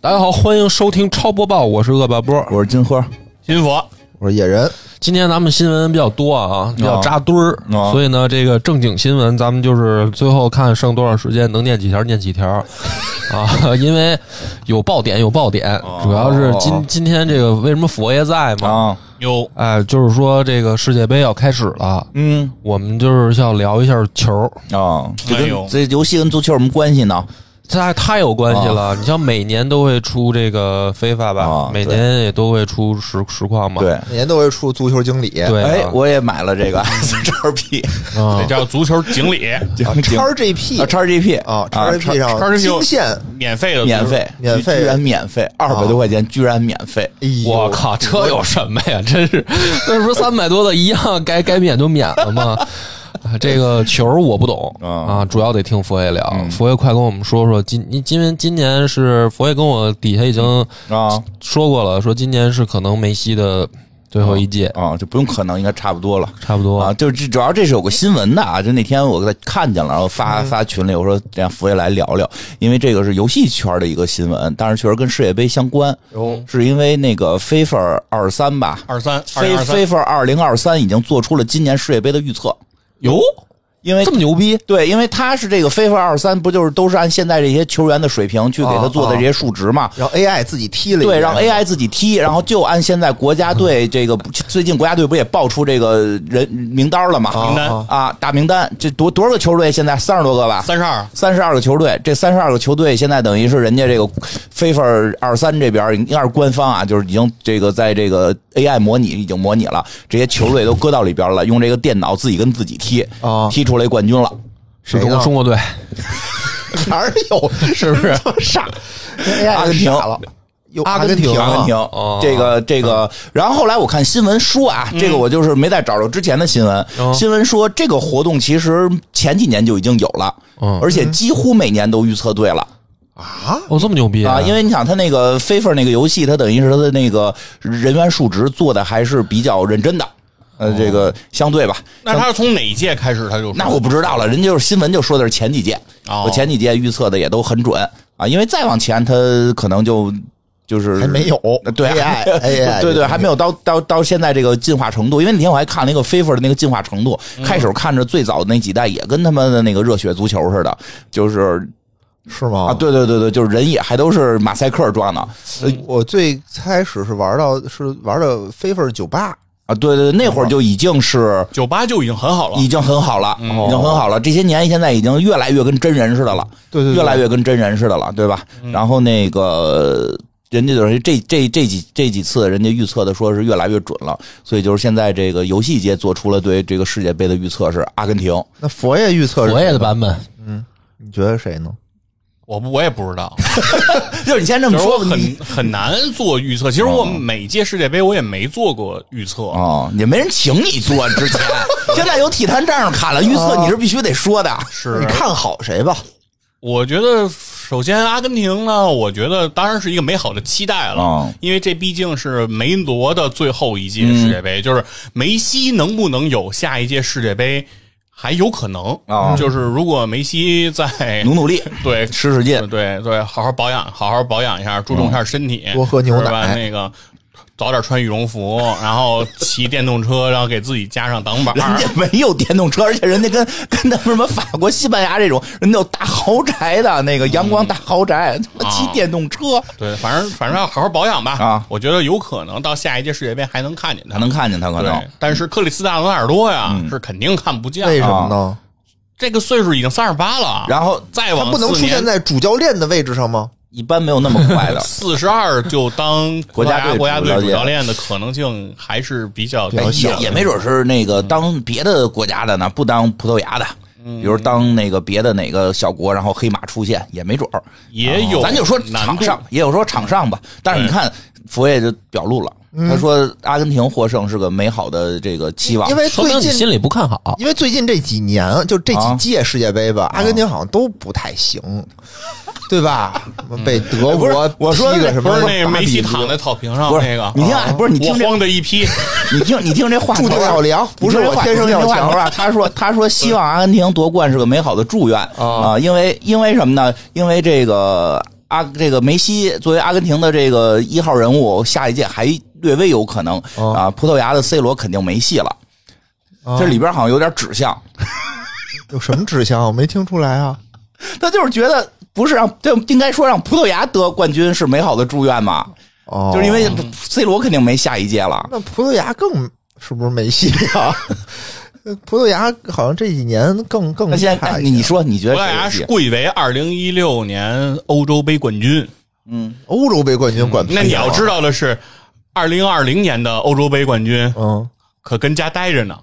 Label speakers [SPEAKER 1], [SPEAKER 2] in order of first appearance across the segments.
[SPEAKER 1] 大家好，欢迎收听超播报，我是恶霸波。
[SPEAKER 2] 我是金花，
[SPEAKER 3] 金佛，
[SPEAKER 2] 我是野人，
[SPEAKER 1] 今天咱们新闻比较多啊，比较扎堆儿，
[SPEAKER 2] 啊
[SPEAKER 1] 所以呢，这个正经新闻咱们就是最后看剩多少时间，能念几条念几 条啊，因为有爆点有爆点，主要是今今天这个为什么佛爷在嘛？
[SPEAKER 2] 哦啊，
[SPEAKER 3] 有
[SPEAKER 1] 哎，就是说这个世界杯要开始了，
[SPEAKER 2] 嗯
[SPEAKER 1] 我们就是要聊一下球，
[SPEAKER 2] 啊，这
[SPEAKER 3] 哎
[SPEAKER 2] 跟
[SPEAKER 3] 呦
[SPEAKER 2] 这游戏跟足球有什么关系呢？
[SPEAKER 1] 太太有关系了。你像每年都会出这个非法吧，
[SPEAKER 2] 啊
[SPEAKER 1] 每年也都会出实实况嘛。
[SPEAKER 2] 对，
[SPEAKER 4] 每年都会出足球经理，
[SPEAKER 1] 对啊，
[SPEAKER 2] 哎，我也买了这个叉 P
[SPEAKER 1] 啊
[SPEAKER 3] 这叫足球经 理，
[SPEAKER 4] 叉
[SPEAKER 2] 啊
[SPEAKER 4] GP
[SPEAKER 2] 叉 GP
[SPEAKER 4] 啊，叉 GP 上
[SPEAKER 3] 叉 GP
[SPEAKER 4] 惊现，
[SPEAKER 3] 免费的，
[SPEAKER 2] 免费，
[SPEAKER 4] 免费
[SPEAKER 2] 居然免费，二百多块钱居然免费，
[SPEAKER 4] 哎呦
[SPEAKER 1] 我！靠，这有什么呀？ 真是，那不是三百多的一样，该该免就免了吗？啊这个球我不懂
[SPEAKER 2] 啊
[SPEAKER 1] 啊，嗯主要得听佛爷聊。佛爷快跟我们说说，今因因为今年是佛爷跟我底下已经
[SPEAKER 2] 啊
[SPEAKER 1] 说过了，说今年是可能梅西的最后一届，
[SPEAKER 2] 啊，就不用可能，应该差不多了。
[SPEAKER 1] 差不多
[SPEAKER 2] 啊，就是这主要这是有个新闻的啊，就那天我给他看见了，然后发发群里，我说让福爷来聊聊，因为这个是游戏圈的一个新闻，但是确实跟世界杯相关，是因为那个 FIFA 二三吧，
[SPEAKER 3] 二三二
[SPEAKER 2] 非
[SPEAKER 3] 零二三，
[SPEAKER 2] FIFA 二零二三已经做出了今年世界杯的预测，
[SPEAKER 1] 哟，
[SPEAKER 2] 因为
[SPEAKER 1] 这么牛逼
[SPEAKER 2] 对，因为它是这个 FIFA 二三，不就是都是按现在这些球员的水平去给他做的这些数值嘛？
[SPEAKER 4] 然后 AI 自己踢了一
[SPEAKER 2] 对，
[SPEAKER 4] 遍
[SPEAKER 2] 让 AI 自己踢，然后就按现在国家队这个最近国家队不也爆出这个人名单了嘛？
[SPEAKER 3] 名单
[SPEAKER 2] 啊，大名单，这多多少个球队？现在三十多个吧？
[SPEAKER 3] 三十二，
[SPEAKER 2] 三十二个球队，这三十二个球队现在等于是人家这个 FIFA 二三这边应该是官方啊，就是已经这个在这个 AI 模拟已经模拟了，这些球队都搁到里边了，用这个电脑自己跟自己踢，
[SPEAKER 4] 啊
[SPEAKER 2] 踢出来冠军了。
[SPEAKER 1] 是
[SPEAKER 4] 谁
[SPEAKER 1] 中
[SPEAKER 4] 呢
[SPEAKER 1] 中国队，
[SPEAKER 4] 哪儿 有
[SPEAKER 1] 是不是？
[SPEAKER 4] 傻？AI
[SPEAKER 2] 阿根廷
[SPEAKER 4] 傻了，有
[SPEAKER 1] 阿根
[SPEAKER 4] 根
[SPEAKER 1] 廷
[SPEAKER 2] 阿
[SPEAKER 4] 啊
[SPEAKER 2] 根廷
[SPEAKER 1] 哦，
[SPEAKER 2] 这个这个，然后后来我看新闻说啊，这
[SPEAKER 4] 嗯
[SPEAKER 2] 个我就是没再找着之前的新闻
[SPEAKER 1] 哦，
[SPEAKER 2] 新闻说这个活动其实前几年就已经有了
[SPEAKER 1] 嗯，
[SPEAKER 2] 而且几乎每年都预测对了。
[SPEAKER 1] 哦，这么牛逼
[SPEAKER 2] 啊，因
[SPEAKER 1] 为
[SPEAKER 2] 为你想，他那个 FIFA 那个游戏，它等于是它的那个人员数值做的还是比较认真的，呃，这个相对吧。
[SPEAKER 3] 那他是从哪一届开始他就
[SPEAKER 2] 那我不知道了，人家就是新闻就说的是前几届，
[SPEAKER 3] 哦
[SPEAKER 2] 我前几届预测的也都很准啊，因为再往前它可能就就是
[SPEAKER 4] 还没有哎
[SPEAKER 2] 对啊
[SPEAKER 4] AI
[SPEAKER 2] 对对，还没有到到到现在这个进化程度。因为那天我还看了一个 FIFA 的那个进化程度，开始看着最早的那几代也跟他们的那个热血足球似的，就是
[SPEAKER 4] 是吗？
[SPEAKER 2] 啊，，对对对对，就是人也还都是马赛克装的。
[SPEAKER 4] 我最开始是玩到是玩到 FIFA 九八，
[SPEAKER 2] 啊，对对，对那会儿就已经是
[SPEAKER 3] 九八就已经很好了哦
[SPEAKER 2] 已，经很好了，已经很好了。这些年现在已经越来越跟真人似的了，
[SPEAKER 4] 对对对
[SPEAKER 2] 越来越跟真人似的了，对吧？
[SPEAKER 3] 嗯
[SPEAKER 2] 然后那个人家就是这这这几这几次，人家预测的说是越来越准了，所以就是现在这个游戏界做出了对这个世界杯的预测是阿根廷，
[SPEAKER 4] 那佛爷预测是
[SPEAKER 1] 佛爷的版本，
[SPEAKER 4] 你觉得谁呢？
[SPEAKER 3] 我不我也不知道，
[SPEAKER 2] 就是你先这
[SPEAKER 3] 就
[SPEAKER 2] 么
[SPEAKER 3] 是我
[SPEAKER 2] 说吧，
[SPEAKER 3] 很
[SPEAKER 2] 你
[SPEAKER 3] 很难做预测。其实我每届世界杯我也没做过预测，
[SPEAKER 2] 哦，也没人请你做之 前，现在有体坛战士卡了预测，你是必须得说的，
[SPEAKER 3] 是
[SPEAKER 4] 你看好谁吧？
[SPEAKER 3] 我觉得首先阿根廷呢，我觉得当然是一个美好的期待了，
[SPEAKER 2] 嗯
[SPEAKER 3] 因为这毕竟是梅罗的最后一届世界杯，就是梅西能不能有下一届世界杯还有可能，
[SPEAKER 2] 啊
[SPEAKER 3] 就是如果梅西在
[SPEAKER 2] 努努力，
[SPEAKER 3] 对
[SPEAKER 2] 使使劲，
[SPEAKER 3] 对对，好好保养，好好保养一下，注重一下
[SPEAKER 2] 嗯
[SPEAKER 3] 身体，
[SPEAKER 4] 多喝牛奶
[SPEAKER 3] 是吧那个。早点穿羽绒服，然后骑电动车，然后给自己加上挡板儿。
[SPEAKER 2] 人家没有电动车，而且人家跟跟他们什么法国、西班牙这种，人家有大豪宅的那个阳光大豪
[SPEAKER 3] 啊
[SPEAKER 2] 宅，他妈骑电动车
[SPEAKER 3] 对，反正反正要好好保养吧。
[SPEAKER 2] 啊
[SPEAKER 3] 我觉得有可能到下一届世界杯还能看见他
[SPEAKER 2] 还。能看见他可能
[SPEAKER 3] 对，但是克里斯蒂亚罗纳尔多呀，是肯定看不见。
[SPEAKER 4] 为什么呢？
[SPEAKER 3] 这个岁数已经三十八了，
[SPEAKER 2] 然后
[SPEAKER 3] 再
[SPEAKER 4] 他
[SPEAKER 3] 往
[SPEAKER 4] 不能
[SPEAKER 3] 四
[SPEAKER 4] 出现
[SPEAKER 3] 年
[SPEAKER 4] 在主教练的位置上吗？
[SPEAKER 2] 一般没有那么快 的
[SPEAKER 3] 四十二就当
[SPEAKER 2] 国家队
[SPEAKER 3] 国家
[SPEAKER 2] 主
[SPEAKER 3] 队
[SPEAKER 2] 教
[SPEAKER 3] 主
[SPEAKER 2] 练
[SPEAKER 3] 教练的可能性还是比较
[SPEAKER 2] 哎
[SPEAKER 3] 低
[SPEAKER 2] 也
[SPEAKER 3] 的。
[SPEAKER 2] 也没准是那个当别的国家的呢，不当葡萄牙的，
[SPEAKER 3] 嗯
[SPEAKER 2] 比如当那个别的哪个小国，然后黑马出现也没准儿。
[SPEAKER 3] 也有
[SPEAKER 2] 哦咱就说
[SPEAKER 3] 哎难
[SPEAKER 2] 场
[SPEAKER 3] 度
[SPEAKER 2] 上，也有说场上吧。但是你看，佛爷就表露了，
[SPEAKER 4] 嗯
[SPEAKER 2] 他说阿根廷获胜是个美好的这个期望，
[SPEAKER 4] 因为
[SPEAKER 1] 说
[SPEAKER 4] 最
[SPEAKER 1] 明你
[SPEAKER 4] 近
[SPEAKER 1] 心里不看好。
[SPEAKER 4] 因为最近这几年，就这几届世界杯吧，阿根廷好像都不太行，对吧？被德
[SPEAKER 2] 不
[SPEAKER 4] 国
[SPEAKER 2] 是我说
[SPEAKER 4] 踢
[SPEAKER 2] 的
[SPEAKER 4] 个什
[SPEAKER 3] 不
[SPEAKER 4] 么
[SPEAKER 3] 是
[SPEAKER 4] 八比
[SPEAKER 3] 那
[SPEAKER 4] 啊零
[SPEAKER 3] 梅西躺在草坪上
[SPEAKER 2] 不是
[SPEAKER 3] 那个，
[SPEAKER 2] 你听啊不是你听这
[SPEAKER 3] 我慌的一批，
[SPEAKER 2] 你听，你听这话头
[SPEAKER 4] 注定
[SPEAKER 2] 啊
[SPEAKER 4] 要凉
[SPEAKER 2] 你听这话
[SPEAKER 4] 不是我天生要
[SPEAKER 2] 你听这话
[SPEAKER 4] 强
[SPEAKER 2] 头啊！他说，他说希啊望阿根廷夺冠是个美好的祝愿啊、因为因为什么呢？因为这个阿这个梅西作为阿根廷的这个一号人物，下一届还略微有可能、
[SPEAKER 1] 哦
[SPEAKER 2] 啊。葡萄牙的 C 罗肯定没戏了，
[SPEAKER 4] 啊
[SPEAKER 2] 这里边好像有点指向，
[SPEAKER 4] 有什么指向？我没听出来啊。
[SPEAKER 2] 他就是觉得不是让，这应该说让葡萄牙得冠军是美好的祝愿嘛，
[SPEAKER 4] 哦，
[SPEAKER 2] 就是因为 C 罗肯定没下一届了。
[SPEAKER 4] 那葡萄牙更是不是没戏啊？ 葡萄牙好像这几年更更
[SPEAKER 2] 那现在、
[SPEAKER 4] 差
[SPEAKER 2] 哎
[SPEAKER 4] 一些
[SPEAKER 2] 你说你觉
[SPEAKER 3] 葡
[SPEAKER 2] 得
[SPEAKER 3] 萄
[SPEAKER 2] 谁
[SPEAKER 3] 牙是
[SPEAKER 2] 有戏？
[SPEAKER 3] 贵为二零一六年欧洲杯冠军。
[SPEAKER 4] 欧洲杯冠军管
[SPEAKER 3] 嗯那你要知
[SPEAKER 4] 道，
[SPEAKER 3] 道的是，二零二零年的欧洲杯冠军
[SPEAKER 4] 嗯
[SPEAKER 3] 可跟家待着呢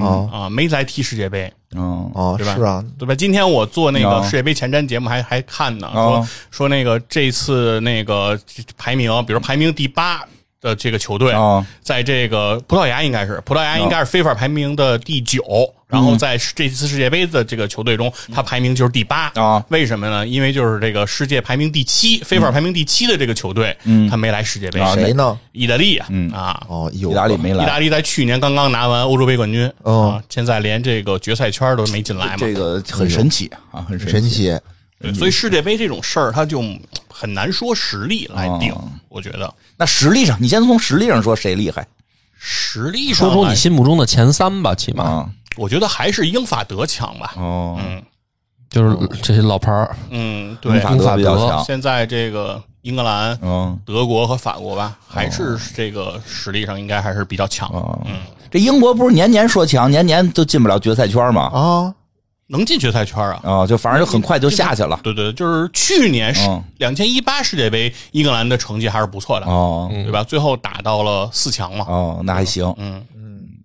[SPEAKER 4] 哦
[SPEAKER 3] 啊，没来踢世界杯，
[SPEAKER 2] 嗯，
[SPEAKER 4] 哦
[SPEAKER 3] 对吧
[SPEAKER 4] 是啊，
[SPEAKER 3] 对吧？今天我做那个
[SPEAKER 2] 哦
[SPEAKER 3] 世界杯前瞻节目还还看呢，
[SPEAKER 2] 哦
[SPEAKER 3] 说说那个这次那个排名，比如排名第八的这个球队
[SPEAKER 2] 哦，
[SPEAKER 3] 在这个葡萄牙应该是葡萄
[SPEAKER 2] 啊
[SPEAKER 3] 牙应该是非法排名的第九，
[SPEAKER 2] 嗯
[SPEAKER 3] 然后在这次世界杯的这个球队中，他排名就是第八
[SPEAKER 2] 哦
[SPEAKER 3] 为什么呢？因为就是这个世界排名第七，非法排名第七的这个球队，他没来世界杯，
[SPEAKER 2] 嗯啊
[SPEAKER 4] 谁呢？
[SPEAKER 3] 意大利啊啊。
[SPEAKER 4] 哦，有
[SPEAKER 2] 意大利没
[SPEAKER 3] 意
[SPEAKER 2] 来
[SPEAKER 3] 大。利在去年刚刚拿完欧洲杯冠军，
[SPEAKER 4] 哦
[SPEAKER 3] 啊，现在连这个决赛圈都没进来嘛，
[SPEAKER 2] 这个很神奇啊，很神
[SPEAKER 4] 神奇。
[SPEAKER 3] 对，所以世界杯这种事儿，它就很难说实力来定。
[SPEAKER 2] 哦
[SPEAKER 3] 我觉得
[SPEAKER 2] 那实力上，你先从实力上说谁厉害
[SPEAKER 3] 实力上
[SPEAKER 1] 说出
[SPEAKER 3] 来
[SPEAKER 1] 你心目中的前三吧，起码、
[SPEAKER 2] 啊？
[SPEAKER 3] 我觉得还是英法德强吧。
[SPEAKER 2] 哦，
[SPEAKER 1] 就是这些老牌儿，
[SPEAKER 3] 嗯，对。
[SPEAKER 2] 法
[SPEAKER 1] 英
[SPEAKER 2] 德
[SPEAKER 1] 法
[SPEAKER 2] 比较
[SPEAKER 1] 德
[SPEAKER 2] 强。
[SPEAKER 3] 现在这个英格兰、
[SPEAKER 2] 嗯
[SPEAKER 3] 德国和法国吧，还是这个实力上应该还是比较强，嗯
[SPEAKER 2] 哦，这英国不是年年说强，年年都进不了决赛圈吗？
[SPEAKER 4] 啊，
[SPEAKER 3] 能进决赛圈啊。
[SPEAKER 2] 啊，就反正就很快就下去了。
[SPEAKER 3] 对对，就是去年是
[SPEAKER 2] 嗯
[SPEAKER 3] 两千一八世界杯，英格兰的成绩还是不错的，
[SPEAKER 2] 哦
[SPEAKER 3] 对吧？最后打到了四强嘛。
[SPEAKER 2] 哦，那还行。
[SPEAKER 3] 嗯，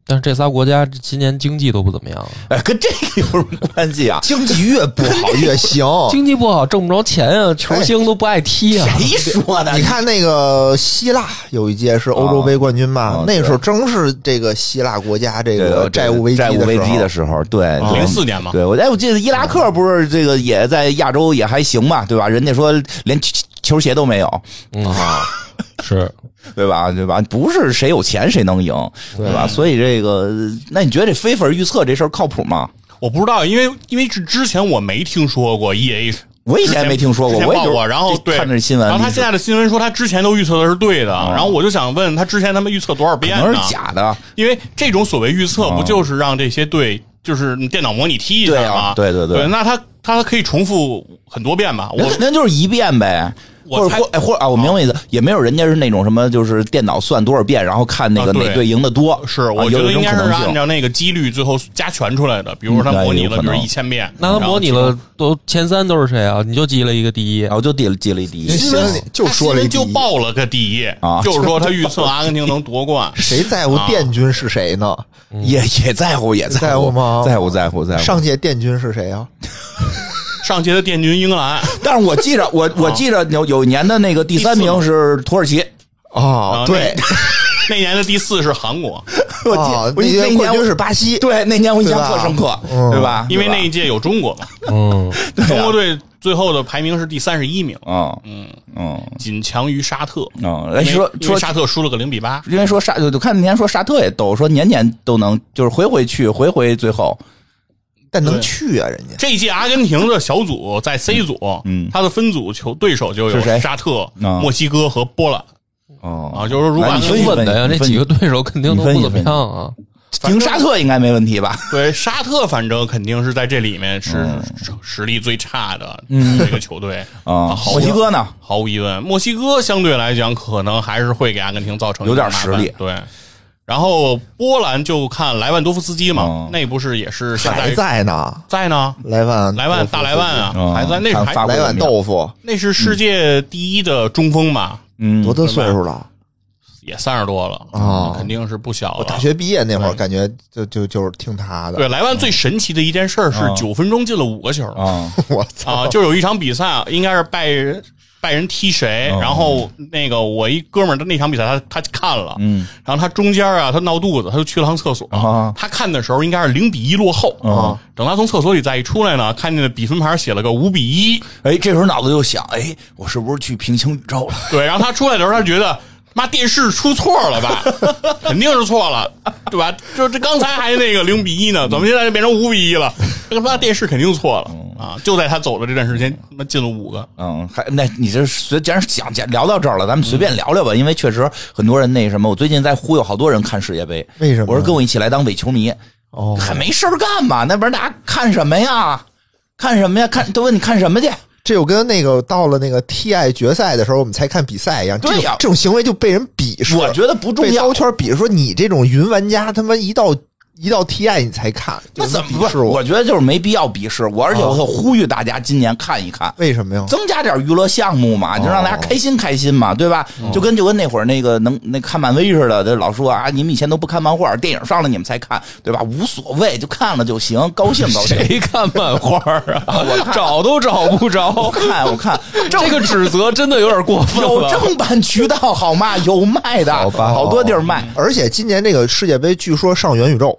[SPEAKER 1] 但是这仨国家今年经济都不怎么样，啊
[SPEAKER 2] 哎，跟这个有什么关系啊？
[SPEAKER 4] 经济越不好越 行。
[SPEAKER 1] 经济不好，挣不着钱啊，球星都不爱踢啊。
[SPEAKER 2] 哦哎谁说的？
[SPEAKER 4] 你看那个希腊有一届是欧洲杯冠军吧
[SPEAKER 2] 哦？
[SPEAKER 4] 那时候正是这个希腊国家这
[SPEAKER 2] 这个
[SPEAKER 4] 个债务危机
[SPEAKER 2] 债务危机
[SPEAKER 4] 的
[SPEAKER 2] 的
[SPEAKER 4] 时
[SPEAKER 2] 时候，对，
[SPEAKER 3] 啊
[SPEAKER 2] 对
[SPEAKER 3] 04年嘛
[SPEAKER 2] 对，我哎，我记得伊拉克不是这个也在亚洲也还行吧，对吧？人家说连球球鞋都没有，
[SPEAKER 1] 嗯啊，是
[SPEAKER 2] 对吧？对吧？不是谁有钱谁能赢，对吧？所以这个，那你觉得这非法预测这事儿靠谱吗？
[SPEAKER 3] 我不知道，因为因为是之前我没听说过 E A
[SPEAKER 2] 我以前没听说过，
[SPEAKER 3] 之前
[SPEAKER 2] 我也
[SPEAKER 3] 报
[SPEAKER 2] 就是
[SPEAKER 3] 过，然后
[SPEAKER 2] 就
[SPEAKER 3] 对
[SPEAKER 2] 看着新闻，哦
[SPEAKER 3] 然后他现在的新闻说他之前都预测的是对的，然后我就想问他之前他们预测多少遍
[SPEAKER 2] 可能
[SPEAKER 3] 呢？
[SPEAKER 2] 是假的，
[SPEAKER 3] 因为这种所谓预测不就是让这些队就是电脑模拟踢一下
[SPEAKER 2] 对啊
[SPEAKER 3] 吗？
[SPEAKER 2] 对对对
[SPEAKER 3] 对，那他他可以重复很多遍吧？我
[SPEAKER 2] 那那就是一遍呗。
[SPEAKER 3] 我
[SPEAKER 2] 或者
[SPEAKER 3] 猜
[SPEAKER 2] 或哎或者啊，我明白意思，也没有人家是那种什么，就是电脑算多少遍，然后看那个
[SPEAKER 3] 啊对
[SPEAKER 2] 哪队赢的多。
[SPEAKER 3] 是，
[SPEAKER 2] 啊
[SPEAKER 3] 我觉
[SPEAKER 2] 有
[SPEAKER 3] 得
[SPEAKER 2] 一
[SPEAKER 3] 应
[SPEAKER 2] 种
[SPEAKER 3] 该
[SPEAKER 2] 可
[SPEAKER 3] 是
[SPEAKER 2] 能
[SPEAKER 3] 按
[SPEAKER 2] 性。
[SPEAKER 3] 照那个几率最后加权出来的。比如说他模拟
[SPEAKER 2] 嗯那也
[SPEAKER 3] 了，比如
[SPEAKER 2] 有可能
[SPEAKER 3] 一千遍，
[SPEAKER 1] 那他模拟了都前三都是谁啊？你就记了一个第一啊
[SPEAKER 2] 然，后就记了记了一第
[SPEAKER 4] 候。
[SPEAKER 2] 一，
[SPEAKER 4] 新闻里就说了一
[SPEAKER 3] 他
[SPEAKER 4] 句
[SPEAKER 3] 新闻就报了个第一
[SPEAKER 2] 啊，
[SPEAKER 3] 就是说他预测阿根廷能 夺冠。
[SPEAKER 4] 谁在乎殿军是谁呢？
[SPEAKER 2] 也也在乎，也
[SPEAKER 4] 在乎
[SPEAKER 2] 乎
[SPEAKER 4] 吗
[SPEAKER 2] 在乎，在乎，在乎。
[SPEAKER 4] 上届殿军是谁啊？
[SPEAKER 3] 上届的殿军英格兰，
[SPEAKER 2] 但是我记着，我我记着有有一年的那个第三
[SPEAKER 3] 第四
[SPEAKER 2] 名
[SPEAKER 3] 名
[SPEAKER 2] 是土耳其，
[SPEAKER 4] 哦
[SPEAKER 3] 啊，
[SPEAKER 4] 对，
[SPEAKER 3] 那年的第四是韩国，
[SPEAKER 2] 我记
[SPEAKER 4] 啊，
[SPEAKER 2] 我
[SPEAKER 4] 那
[SPEAKER 2] 记
[SPEAKER 4] 届
[SPEAKER 2] 那
[SPEAKER 4] 冠
[SPEAKER 2] 年
[SPEAKER 4] 军
[SPEAKER 2] 我
[SPEAKER 4] 是巴西，
[SPEAKER 2] 对那年我印象
[SPEAKER 4] 对吧
[SPEAKER 2] 特深刻，
[SPEAKER 4] 嗯
[SPEAKER 2] 对吧？
[SPEAKER 3] 因为
[SPEAKER 2] 对吧啊
[SPEAKER 3] 那一届有中国嘛。
[SPEAKER 1] 嗯，
[SPEAKER 3] 中国队最后的排名是第三十一名，
[SPEAKER 2] 嗯嗯嗯
[SPEAKER 3] 仅强于沙特。
[SPEAKER 2] 嗯，
[SPEAKER 3] 因
[SPEAKER 2] 哎
[SPEAKER 3] 为
[SPEAKER 2] 说
[SPEAKER 3] 因为
[SPEAKER 2] 说
[SPEAKER 3] 沙特输了个零比八，
[SPEAKER 2] 因为说沙，就看那年说沙特也逗，说年年都能，就是回回去，回回最后，
[SPEAKER 4] 但能去啊，人家
[SPEAKER 3] 这一届阿根廷的小组在 C 组，
[SPEAKER 2] 嗯
[SPEAKER 3] 他的分组球对手就是有
[SPEAKER 2] 谁
[SPEAKER 3] 沙特、
[SPEAKER 2] 啊
[SPEAKER 3] 墨西哥和波兰
[SPEAKER 2] 哦
[SPEAKER 3] 啊，就是说如果
[SPEAKER 2] 那
[SPEAKER 3] 阿
[SPEAKER 2] 你
[SPEAKER 3] 根
[SPEAKER 1] 挺稳
[SPEAKER 2] 分析
[SPEAKER 3] 廷
[SPEAKER 2] 分
[SPEAKER 1] 的呀，
[SPEAKER 2] 你
[SPEAKER 1] 那
[SPEAKER 2] 分
[SPEAKER 1] 几个对手肯定都不怎么样啊。
[SPEAKER 2] 赢沙特应该没问题吧？
[SPEAKER 3] 对沙特，反正肯定是在这里面是
[SPEAKER 2] 嗯
[SPEAKER 3] 实实力最差的这个球队
[SPEAKER 2] 啊，
[SPEAKER 3] 毫
[SPEAKER 2] 墨
[SPEAKER 3] 无
[SPEAKER 2] 西哥呢？
[SPEAKER 3] 毫无疑问，墨西哥相对来讲可能还是会给阿根廷造成
[SPEAKER 2] 有点
[SPEAKER 3] 麻
[SPEAKER 2] 实
[SPEAKER 3] 烦
[SPEAKER 2] 力
[SPEAKER 3] 对。然后波兰就看莱万多夫斯基嘛，
[SPEAKER 2] 嗯
[SPEAKER 3] 那不是也是现
[SPEAKER 4] 还在呢。
[SPEAKER 3] 在呢？
[SPEAKER 4] 莱万，
[SPEAKER 3] 莱万大莱万，啊，
[SPEAKER 2] 嗯
[SPEAKER 3] 还在那是
[SPEAKER 2] 看法
[SPEAKER 3] 还
[SPEAKER 2] 国
[SPEAKER 4] 莱万豆腐，
[SPEAKER 3] 那是世界第一的中锋吧，
[SPEAKER 2] 嗯
[SPEAKER 4] 多大岁数了？
[SPEAKER 3] 也三十多了
[SPEAKER 4] 哦
[SPEAKER 3] 肯定是不小了。
[SPEAKER 4] 我大学毕业那会儿，感觉就就就是听他
[SPEAKER 3] 对
[SPEAKER 4] 的。
[SPEAKER 3] 莱万最神奇的一件事儿是
[SPEAKER 2] 嗯
[SPEAKER 3] 九分钟进了五个球
[SPEAKER 2] 啊，
[SPEAKER 4] 我 操，
[SPEAKER 3] 啊，就是有一场比赛啊，应该是拜仁拜仁踢谁，
[SPEAKER 2] 哦
[SPEAKER 3] 然后那个我一哥们儿的那场比赛他他看了，
[SPEAKER 2] 嗯，
[SPEAKER 3] 然后他中间啊，他闹肚子，他就去了趟厕所
[SPEAKER 2] 啊。
[SPEAKER 3] 他看的时候应该是零比一落后
[SPEAKER 2] 啊。
[SPEAKER 3] 等他从厕所里再一出来呢，看见比分牌写了个五比一。
[SPEAKER 2] 哎，这时候脑子就想，哎，我是不是去平行宇宙了？
[SPEAKER 3] 对，然后他出来的时候，他觉得妈电视出错 了吧，肯定是错了，对 吧？就这刚才还那个零比一呢，怎么现在就变成五比一了？这他妈电视肯定错了。啊！就在他走的这段时间，他妈进了五个。
[SPEAKER 2] 嗯，还那你这随既然想讲聊到这儿了，咱们随便聊聊吧，因为确实很多人那什么，我最近在忽悠好多人看世界杯，
[SPEAKER 4] 为什么
[SPEAKER 2] 我说跟我一起来当伪球迷，
[SPEAKER 4] 哦，
[SPEAKER 2] 还没事儿干嘛？那边大家看什么呀？看什么呀？看都问你看什么去？
[SPEAKER 4] 这就跟那个到了那个 TI 决赛的时候，我们才看比赛一样，这
[SPEAKER 2] 对
[SPEAKER 4] 种
[SPEAKER 2] 呀
[SPEAKER 4] 这种行为就被人鄙视，
[SPEAKER 2] 我觉得不重
[SPEAKER 4] 被
[SPEAKER 2] 要
[SPEAKER 4] 刀。圈鄙视，说你这种云玩家，他妈一到一到 TI 你才看，
[SPEAKER 2] 那
[SPEAKER 4] 就他
[SPEAKER 2] 怎
[SPEAKER 4] 妈
[SPEAKER 2] 么
[SPEAKER 4] 鄙视
[SPEAKER 2] 不？
[SPEAKER 4] 我？
[SPEAKER 2] 我觉得就是没必要鄙视我，而且我
[SPEAKER 4] 啊
[SPEAKER 2] 很呼吁大家今年看一看，
[SPEAKER 4] 为什么呀？
[SPEAKER 2] 增加点娱乐项目嘛，就让大家
[SPEAKER 1] 哦
[SPEAKER 2] 开心开心嘛，对吧？就跟就跟那会儿那个能那看漫威似的，就老说啊，你们以前都不看漫画，电影上了你们才看，对吧？无所谓，就看了就行，高兴高兴。
[SPEAKER 1] 谁看漫画啊？找都找不
[SPEAKER 2] 我
[SPEAKER 1] 着，
[SPEAKER 2] 看我看，
[SPEAKER 1] 这个指责真的有点过分
[SPEAKER 2] 有
[SPEAKER 1] 了。
[SPEAKER 2] 正版渠道好吗？有卖的，
[SPEAKER 4] 好吧
[SPEAKER 2] 好多地儿卖。
[SPEAKER 4] 而且今年这个世界杯据说上元 宇宙，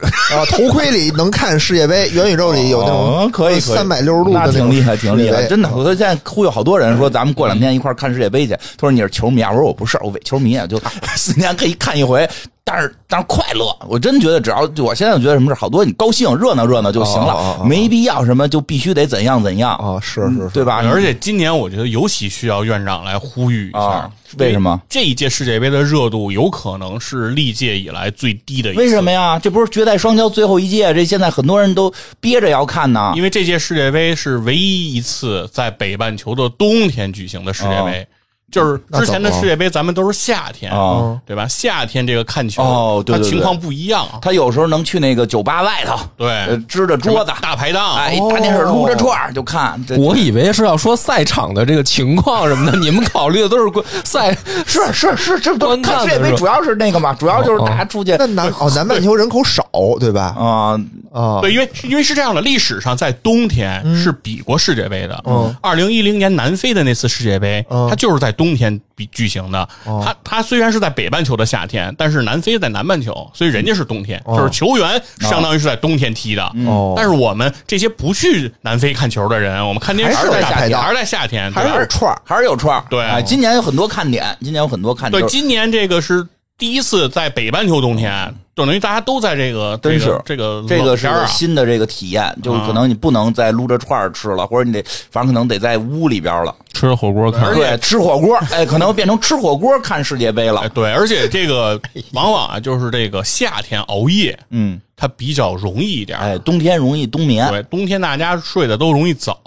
[SPEAKER 4] 啊，头盔里能看世界杯，元宇宙里有那
[SPEAKER 2] 哦
[SPEAKER 4] 种
[SPEAKER 2] 可以可以
[SPEAKER 4] 三百六十度的
[SPEAKER 2] 那
[SPEAKER 4] 那
[SPEAKER 2] 挺
[SPEAKER 4] 种
[SPEAKER 2] 厉 害，挺厉害，
[SPEAKER 4] 世界杯
[SPEAKER 2] 真的。我现在忽悠好多人说咱们过两天一块儿看世界杯去，他说你是球迷啊，我说我不是，我伪球迷 啊，就四年可以看一回，但是但是快乐，我真觉得只要我现在觉得什么事，好多你高兴热闹热闹就行
[SPEAKER 4] 哦哦
[SPEAKER 2] 了
[SPEAKER 4] 哦，哦
[SPEAKER 2] 没必要什么就必须得怎样怎样，
[SPEAKER 4] 啊，是是是，
[SPEAKER 2] 对吧？
[SPEAKER 3] 哎而且今年我觉得尤其需要院长来呼吁一下
[SPEAKER 2] 啊，为什么？
[SPEAKER 3] 这一届世界杯的热度有可能是历届以来最低的一次。
[SPEAKER 2] 为什么呀？这不是绝代双骄最后一届，这现在很多人都憋着要看呢。
[SPEAKER 3] 因为这届世界杯是唯一一次在北半球的冬天举行的世界杯，就是
[SPEAKER 4] 那
[SPEAKER 3] 之
[SPEAKER 4] 怎
[SPEAKER 3] 前
[SPEAKER 4] 么
[SPEAKER 3] 的
[SPEAKER 4] 了
[SPEAKER 3] 世界杯咱们都是夏天，
[SPEAKER 4] 嗯
[SPEAKER 2] 哦
[SPEAKER 3] 对吧？夏天这个看球，
[SPEAKER 2] 哦对对
[SPEAKER 3] 它
[SPEAKER 2] 对
[SPEAKER 3] 情况不一样，
[SPEAKER 2] 他有时候能去那个酒吧外头，
[SPEAKER 3] 对
[SPEAKER 2] 呃支着桌子，
[SPEAKER 3] 大排档，
[SPEAKER 2] 哎，
[SPEAKER 4] 哦
[SPEAKER 2] 大电视撸着串儿就看。这
[SPEAKER 1] 我以为是要说赛场的这个情况什么的，你们考虑的都是关赛
[SPEAKER 2] 是是是，这都
[SPEAKER 1] 观看
[SPEAKER 2] 看
[SPEAKER 1] 的
[SPEAKER 2] 世界杯
[SPEAKER 1] 是吧
[SPEAKER 2] 主要是那个嘛，主要
[SPEAKER 3] 哦
[SPEAKER 2] 就是大家出去
[SPEAKER 4] 那南哦南半球人口少，对吧？
[SPEAKER 2] 啊，
[SPEAKER 4] 啊，
[SPEAKER 3] 对，因为因为是这样的，历史上在冬天是比过世界杯的。
[SPEAKER 4] 嗯，
[SPEAKER 3] 二零一零年南非的那次世界杯，
[SPEAKER 4] 嗯哦
[SPEAKER 3] 它就是在冬天比举行的。它它虽然是在北半球的夏天，但是南非在南半球，所以人家是冬天，就是球员相当于是在冬天踢的。嗯
[SPEAKER 4] 哦
[SPEAKER 3] 但是我们这些不去南非看球的人，我们看电视
[SPEAKER 4] 还是在
[SPEAKER 3] 夏
[SPEAKER 4] 夏
[SPEAKER 3] 天
[SPEAKER 4] 天
[SPEAKER 3] 还是在夏天，
[SPEAKER 4] 还
[SPEAKER 3] 对吧
[SPEAKER 4] 是有串儿，
[SPEAKER 2] 还是有串儿。
[SPEAKER 3] 对哦
[SPEAKER 2] 哎，今年有很多看点，今年有很多看点。
[SPEAKER 3] 对，
[SPEAKER 2] 就是
[SPEAKER 3] 今年这个是第一次在北半球冬天，就等于大家都在这个
[SPEAKER 2] 真是
[SPEAKER 3] 这个
[SPEAKER 2] 这
[SPEAKER 3] 冷
[SPEAKER 2] 个是
[SPEAKER 3] 天儿
[SPEAKER 2] 个
[SPEAKER 3] 啊。
[SPEAKER 2] 新的这个体验，就是
[SPEAKER 3] 啊
[SPEAKER 2] 可能你不能再撸着串儿吃了，或者你得，反正可能得在屋里边了。
[SPEAKER 1] 吃火锅看
[SPEAKER 3] 而且
[SPEAKER 2] 对，吃火锅，哎，可能变成吃火锅看世界杯
[SPEAKER 3] 哎，
[SPEAKER 2] 了。
[SPEAKER 3] 对，而且这个往往啊，就是这个夏天熬夜，
[SPEAKER 2] 嗯，
[SPEAKER 3] 它比较容易一点。
[SPEAKER 2] 哎，冬天容易冬眠，
[SPEAKER 3] 对，冬天大家睡得都容易早，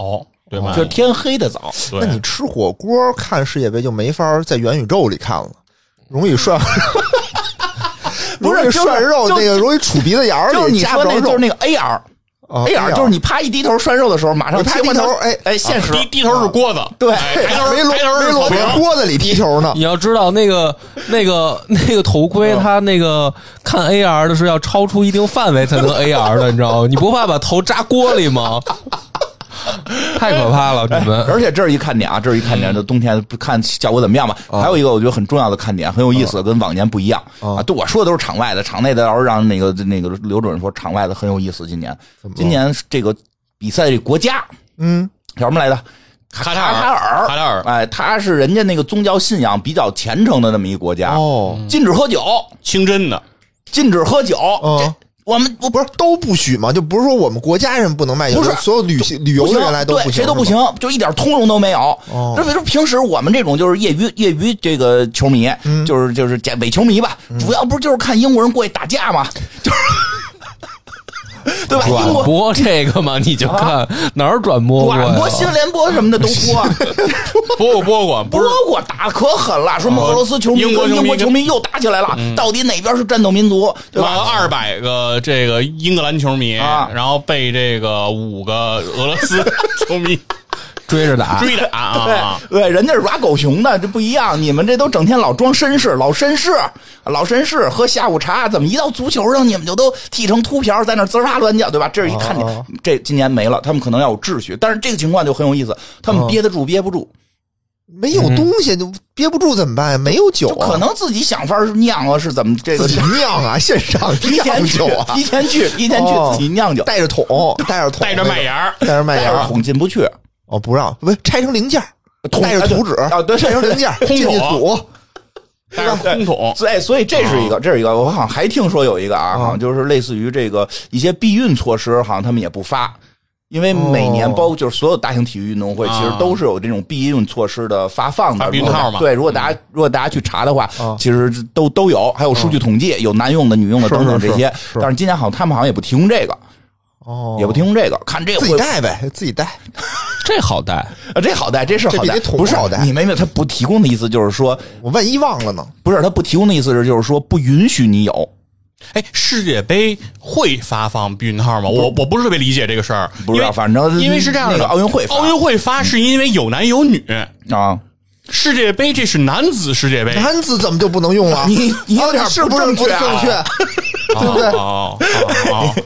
[SPEAKER 3] 对吧？
[SPEAKER 2] 就是天黑的早。
[SPEAKER 3] 对
[SPEAKER 4] 那你吃火锅看世界杯就没法在元宇宙里看了，容易涮，
[SPEAKER 2] 不是
[SPEAKER 4] 容
[SPEAKER 2] 就
[SPEAKER 4] 易
[SPEAKER 2] 是
[SPEAKER 4] 涮肉
[SPEAKER 2] 就
[SPEAKER 4] 那个容易杵鼻子眼儿
[SPEAKER 2] 就是
[SPEAKER 4] 里
[SPEAKER 2] 你
[SPEAKER 4] 夹
[SPEAKER 2] 说
[SPEAKER 4] 不着
[SPEAKER 2] 那，就是
[SPEAKER 4] 肉
[SPEAKER 2] 那个 AR。
[SPEAKER 4] 啊
[SPEAKER 2] AR 就是你啪一低头涮肉的时候，马上
[SPEAKER 4] 你啪
[SPEAKER 2] 切换
[SPEAKER 4] 低
[SPEAKER 2] 到
[SPEAKER 4] 头哎
[SPEAKER 2] 哎，现实
[SPEAKER 3] 啊低低头是锅子，
[SPEAKER 2] 对
[SPEAKER 3] 哎抬头
[SPEAKER 4] 没
[SPEAKER 3] 是
[SPEAKER 4] 裸
[SPEAKER 3] 抬头
[SPEAKER 4] 没
[SPEAKER 3] 是草
[SPEAKER 4] 裸
[SPEAKER 3] 坪
[SPEAKER 4] 在锅子里踢 球呢
[SPEAKER 1] 你。要知道，那个、那个、那个头盔，它那个看 AR 的是要超出一定范围才能 AR 的，你知道吗？你不怕把头扎锅里吗？太可怕了，你们！
[SPEAKER 2] 而且这是一看点啊，这是一看
[SPEAKER 3] 嗯
[SPEAKER 2] 点，就冬天不看效果怎么样吧。
[SPEAKER 3] 哦
[SPEAKER 2] 还有一个我觉得很重要的看点，很有意思，跟往年不一样啊。对，我说的都是场外的，场内的要是让那个那个刘主任说场外的很有意思。今年，今年这个比赛这国家
[SPEAKER 4] 嗯，
[SPEAKER 2] 叫什么来着？
[SPEAKER 3] 卡塔
[SPEAKER 2] 塔
[SPEAKER 3] 尔
[SPEAKER 2] 尔，
[SPEAKER 3] 卡塔尔
[SPEAKER 2] 哎，他是人家那个宗教信仰比较虔诚的那么一国家，
[SPEAKER 4] 哦，
[SPEAKER 2] 禁止喝酒，
[SPEAKER 3] 清真的，
[SPEAKER 2] 禁止喝酒。
[SPEAKER 4] 嗯
[SPEAKER 3] 哦
[SPEAKER 2] 这我们我
[SPEAKER 4] 哦不是都不许吗？就不是说我们国家人不能卖酒，
[SPEAKER 2] 不是
[SPEAKER 4] 所有旅行旅游
[SPEAKER 2] 不行
[SPEAKER 4] 的人来都
[SPEAKER 2] 对
[SPEAKER 4] 不行，
[SPEAKER 2] 谁都不
[SPEAKER 4] 是
[SPEAKER 2] 行
[SPEAKER 4] 吗。，
[SPEAKER 2] 就一点通融都没有。
[SPEAKER 4] 哦
[SPEAKER 2] 这为什么平时我们这种就是业余业余这个球迷，
[SPEAKER 4] 嗯
[SPEAKER 2] 就是就是假伪球迷吧，主要不是就是看英国人过去打架 嘛，就是对吧？英
[SPEAKER 1] 转
[SPEAKER 2] 国。
[SPEAKER 1] 播这个嘛，你就看、哪儿转播过
[SPEAKER 2] 转播新
[SPEAKER 1] 呀
[SPEAKER 2] 闻？联播什么的都播，
[SPEAKER 3] 播过播过，
[SPEAKER 2] 播
[SPEAKER 3] 不是
[SPEAKER 2] 过打的可狠了，说俄罗斯球迷
[SPEAKER 4] 哦
[SPEAKER 3] 英国
[SPEAKER 2] 跟
[SPEAKER 3] 球
[SPEAKER 2] 英
[SPEAKER 3] 迷
[SPEAKER 2] 国
[SPEAKER 3] 跟
[SPEAKER 2] 球迷又打起来了，
[SPEAKER 4] 嗯
[SPEAKER 2] 到底哪边是战斗民族， 对吧？
[SPEAKER 3] 二百个这个英格兰球迷，
[SPEAKER 2] 啊
[SPEAKER 3] 然后被这个五个俄罗斯 球迷
[SPEAKER 1] 追着打，
[SPEAKER 3] 追打啊！
[SPEAKER 2] 对对，人家是耍狗熊的，这不一样。你们这都整天老装绅士，老绅士，老绅士喝下午茶，怎么一到足球上你们就都剃成秃瓢，在那滋哇乱叫，对吧？这是一看见、
[SPEAKER 4] 哦
[SPEAKER 2] 这今年没了，他们可能要有秩序，但是这个情况就很有意思，他
[SPEAKER 4] 哦
[SPEAKER 2] 们憋得住憋不住，
[SPEAKER 4] 没
[SPEAKER 3] 嗯
[SPEAKER 4] 有东西就憋不住怎么办呀？没有酒
[SPEAKER 2] 就
[SPEAKER 4] 啊，
[SPEAKER 2] 可能自己想法酿啊，是怎么这个
[SPEAKER 4] 自己酿啊，现场
[SPEAKER 2] 提前
[SPEAKER 4] 酿
[SPEAKER 2] 去
[SPEAKER 4] 酒啊，
[SPEAKER 2] 提前去，提前去
[SPEAKER 4] 哦
[SPEAKER 2] 自己酿酒，啊
[SPEAKER 4] 带着桶，带着桶，
[SPEAKER 3] 带着麦芽儿
[SPEAKER 4] 带着麦芽
[SPEAKER 2] 但
[SPEAKER 4] 儿
[SPEAKER 2] 是，捅进不去，
[SPEAKER 4] 哦，不让，不是拆成零件儿，
[SPEAKER 2] 捅
[SPEAKER 4] 带着图纸
[SPEAKER 2] 啊，对，
[SPEAKER 4] 拆成 零件儿，进去
[SPEAKER 2] 啊
[SPEAKER 4] 组，
[SPEAKER 3] 带着空桶，
[SPEAKER 2] 所以，所以这是一个，这是一个。我好像还听说有一个啊，好像就是类似于这个一些避孕措施，好像他们也不发。因为每年
[SPEAKER 4] 哦
[SPEAKER 2] 包括就是所有大型体育运动会，其实
[SPEAKER 3] 啊
[SPEAKER 2] 都是有这种避孕措施的发放的
[SPEAKER 3] 发避孕
[SPEAKER 2] 如果
[SPEAKER 3] 套嘛
[SPEAKER 2] 对，如果大家如果大家去查的话
[SPEAKER 4] 啊，
[SPEAKER 2] 其实都都有，还有数据统计，有男用的、女用的
[SPEAKER 4] 是
[SPEAKER 2] 等等这些
[SPEAKER 4] 是是。是
[SPEAKER 2] 但是今年好像他们好像也不提供这个，
[SPEAKER 4] 哦，
[SPEAKER 2] 也不提供这个，看这个
[SPEAKER 4] 自
[SPEAKER 2] 会
[SPEAKER 4] 己带呗，自己带。
[SPEAKER 1] 这好带，
[SPEAKER 2] 啊，这好带，这是好
[SPEAKER 4] 这比
[SPEAKER 2] 带，
[SPEAKER 4] 那桶
[SPEAKER 2] 不是
[SPEAKER 4] 好带
[SPEAKER 2] 你没明白他不提供的意思就是说，
[SPEAKER 4] 我万一忘了呢？
[SPEAKER 2] 不是他不提供的意思是就是说不允许你有。
[SPEAKER 3] 哎，世界杯会发放避孕套吗？我我不是特别理解这个事儿，
[SPEAKER 2] 不知道
[SPEAKER 3] 因为
[SPEAKER 2] 反正
[SPEAKER 3] 因为是这样
[SPEAKER 2] 那
[SPEAKER 3] 的，
[SPEAKER 2] 个奥运会发
[SPEAKER 3] 奥运会发是因为有男有女，
[SPEAKER 2] 啊，
[SPEAKER 3] 世界杯这是男子 世界杯，
[SPEAKER 4] 男子怎么就不能用了？
[SPEAKER 2] 你你有点
[SPEAKER 4] 啊哦是
[SPEAKER 2] 不
[SPEAKER 4] 不是
[SPEAKER 2] 正
[SPEAKER 4] 不
[SPEAKER 2] 确啊
[SPEAKER 4] 正确？
[SPEAKER 3] 哦
[SPEAKER 4] 对不对
[SPEAKER 3] 哦哦哦哦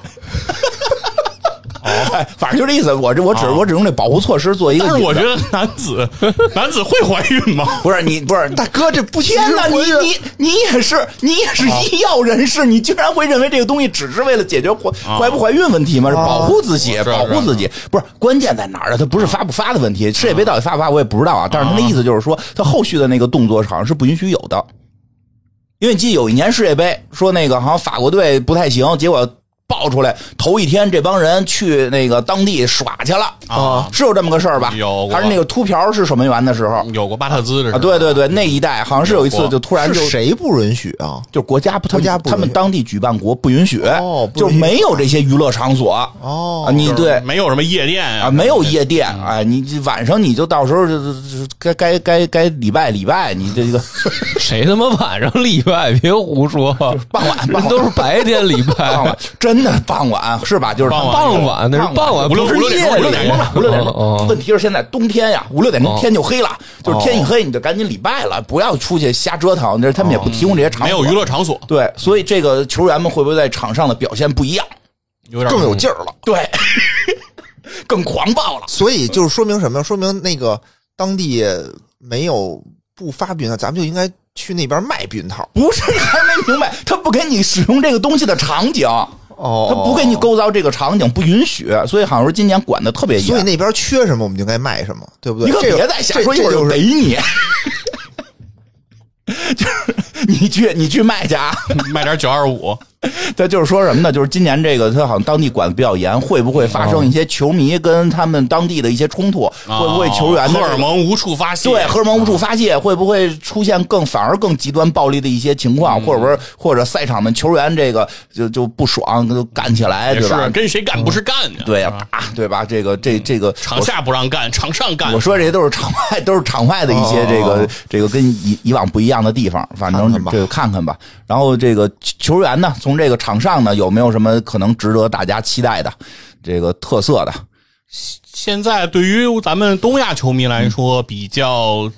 [SPEAKER 2] 哎，反正就这意思。我这我只
[SPEAKER 4] 哦
[SPEAKER 2] 我只用这保护措施做一个
[SPEAKER 3] 但
[SPEAKER 2] 引子。
[SPEAKER 3] 是我觉得男 子男子会怀孕吗？
[SPEAKER 2] 不是你不是
[SPEAKER 4] 大哥，这不
[SPEAKER 2] 天哪，
[SPEAKER 4] 哪，
[SPEAKER 2] 你你你也是你也是医药人士，你居然会认为这个东西只是为了解决怀怀不怀孕问题吗？是保护自己，
[SPEAKER 3] 我知
[SPEAKER 2] 保
[SPEAKER 3] 道
[SPEAKER 2] 护自己，不是关键在哪儿啊？它不是发不发的问题，世界杯到底发不发我也不知道啊。但是他那意思就是说，他后续的那个动作好像是不允许有的，因为你记得有一年世界杯说那个好像法国队不太行，结果。爆出来，头一天这帮人去那个当地耍去了
[SPEAKER 3] 啊
[SPEAKER 2] 是有这么个事儿吧？
[SPEAKER 3] 有过
[SPEAKER 2] 还是那个秃瓢是守门员的时候，
[SPEAKER 3] 有过巴特兹的
[SPEAKER 2] 啊，对对对，那一代好像是有一次就突然就是
[SPEAKER 4] 谁不允许啊？
[SPEAKER 2] 就国家不，他们
[SPEAKER 4] 国家不允许
[SPEAKER 2] 他们当地举办国不允许，
[SPEAKER 4] 哦不
[SPEAKER 2] 就
[SPEAKER 4] 允许
[SPEAKER 2] 没有这些娱乐场所。
[SPEAKER 4] 哦
[SPEAKER 2] 啊你对
[SPEAKER 3] 没嗯有什么夜店啊
[SPEAKER 2] 啊，没有夜店啊，哎你晚上你就到时候就就就该该该该礼拜礼拜，你这个
[SPEAKER 1] 谁他妈晚上礼拜？别胡说，
[SPEAKER 2] 傍晚
[SPEAKER 1] 人都是白天礼
[SPEAKER 2] 傍晚
[SPEAKER 1] 拜，
[SPEAKER 2] 真的傍晚是吧？就是
[SPEAKER 3] 傍
[SPEAKER 1] 傍晚那是傍晚，
[SPEAKER 3] 五六
[SPEAKER 1] 不是
[SPEAKER 3] 五六点
[SPEAKER 1] 夜里
[SPEAKER 3] 钟五六点钟了
[SPEAKER 2] 五六点钟
[SPEAKER 1] 哦，
[SPEAKER 2] 问题是现在冬天呀，五六点
[SPEAKER 3] 哦
[SPEAKER 2] 钟天就黑了，就是天一黑你就赶紧礼拜了，不要出去瞎折腾。这他们也不提供这些场
[SPEAKER 3] 哦没
[SPEAKER 2] 所，
[SPEAKER 3] 有娱乐场所，
[SPEAKER 2] 对，所以这个球员们会不会在场上的表现不一样？
[SPEAKER 3] 有点
[SPEAKER 4] 更有劲儿了。
[SPEAKER 2] 对， 更狂暴了。
[SPEAKER 4] 所以就是说明什么呀？说明那个当地没有不发避孕套，咱们就应该去那边卖避孕套。
[SPEAKER 2] 不是，你还没明白，他不给你使用这个东西的场景，
[SPEAKER 4] 哦
[SPEAKER 2] 他不给你。构造这个场景，不允许，所以好像说今年管的特别
[SPEAKER 4] 所以
[SPEAKER 2] 严。
[SPEAKER 4] 那边缺什么，我们就该卖什么，对不对？
[SPEAKER 2] 哎你可
[SPEAKER 4] 这个
[SPEAKER 2] 别再瞎说，
[SPEAKER 4] 这
[SPEAKER 2] 一会儿
[SPEAKER 4] 这
[SPEAKER 2] 就
[SPEAKER 4] 就是
[SPEAKER 2] 逮你。 就是你去你去卖家，
[SPEAKER 3] 卖点九二五，
[SPEAKER 2] 他就是说什么呢？就是今年这个他好像当地管的比较严，会不会发
[SPEAKER 4] 哦
[SPEAKER 2] 生一些球迷跟他们当地的一些冲突？会不会球员的这
[SPEAKER 3] 啊荷
[SPEAKER 2] 个
[SPEAKER 3] 尔蒙无处发泄？
[SPEAKER 2] 对荷尔蒙无处发泄，会不会出现更反而更极端暴力的一些情况，或者说或者赛场的球员这个就就不爽就干起来，
[SPEAKER 3] 也
[SPEAKER 2] 对吧
[SPEAKER 3] 是？跟谁干不是干呀？
[SPEAKER 2] 对呀、打对吧？这个这这个
[SPEAKER 3] 场下不让干，场上干
[SPEAKER 2] 我。我。说这些都是场外，都是场外的一些这个、
[SPEAKER 4] 哦
[SPEAKER 2] 这个跟以以往不一样的地方，反正
[SPEAKER 4] 看看吧
[SPEAKER 2] 这个看看吧。然后这个球球员呢，从这个场上呢有没有什么可能值得大家期待的这个特色的？
[SPEAKER 3] 现在对于咱们东亚球迷来说，比较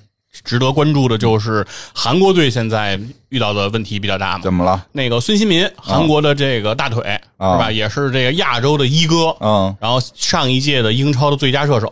[SPEAKER 3] 值得关注的就是韩国队现在遇到的问题比较大嘛
[SPEAKER 2] 怎。么了？
[SPEAKER 3] 那个孙兴民，韩国的这个大腿
[SPEAKER 2] 啊
[SPEAKER 3] 是吧？也是这个亚洲的一哥，
[SPEAKER 2] 嗯
[SPEAKER 3] 然后上一届的英超的最佳射手，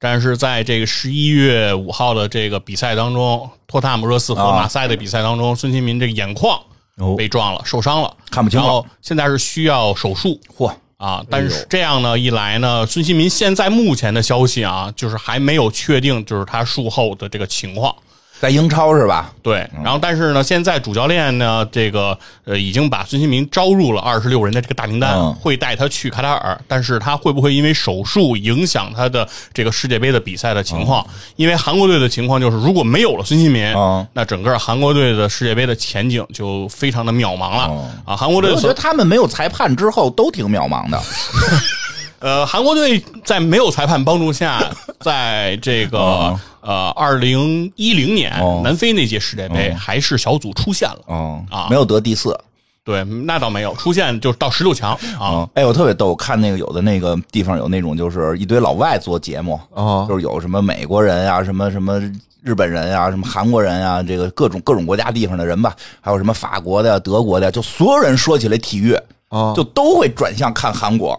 [SPEAKER 3] 但是在这个十一月五号的这个比赛当中，托塔姆热刺和
[SPEAKER 2] 啊
[SPEAKER 3] 马赛的比赛当中，孙兴民这个眼眶
[SPEAKER 2] 哦
[SPEAKER 3] 被撞了，受伤了，
[SPEAKER 2] 看不清了
[SPEAKER 3] 然后现在是需要手术
[SPEAKER 2] 嚯，
[SPEAKER 3] 啊，但是这样呢，一来呢，孙兴民现在目前的消息啊，就是还没有确定，就是他术后的这个情况。
[SPEAKER 2] 在英超是吧？
[SPEAKER 3] 对，然后但是呢，现在主教练呢，这个呃已经把孙兴民招入了二十六人的这个大名单，
[SPEAKER 2] 嗯
[SPEAKER 3] 会带他去卡塔尔，但是他会不会因为手术影响他的这个世界杯的比赛的情况？因为韩国队的情况就是，如果没有了孙兴民，
[SPEAKER 2] 嗯
[SPEAKER 3] 那整个韩国队的世界杯的前景就非常的渺茫了、啊！韩国队
[SPEAKER 2] 嗯我觉
[SPEAKER 3] 所
[SPEAKER 2] 得他们没有裁判之后都挺渺茫的。
[SPEAKER 3] 呃，韩国队在没有裁判帮 助下，在这个、
[SPEAKER 2] 哦
[SPEAKER 3] 呃二零一零年、
[SPEAKER 2] 哦
[SPEAKER 3] 南非那届世界杯、还是小组出现了。
[SPEAKER 2] 哦
[SPEAKER 3] 啊
[SPEAKER 2] 没有得第四。
[SPEAKER 3] 对，那倒没有出现，就是到十六强啊。
[SPEAKER 2] 哎，我特别逗，我看那个有的那个地方有那种就是一堆老外做节目，
[SPEAKER 4] 哦
[SPEAKER 2] 就是有什么美国人啊，什么什么日本人啊，什么韩国人啊，这个各种各种国家地方的人吧，还有什么法国的呀、德国的呀，就所有人说起来体育，
[SPEAKER 4] 哦
[SPEAKER 2] 就都会转向看韩国，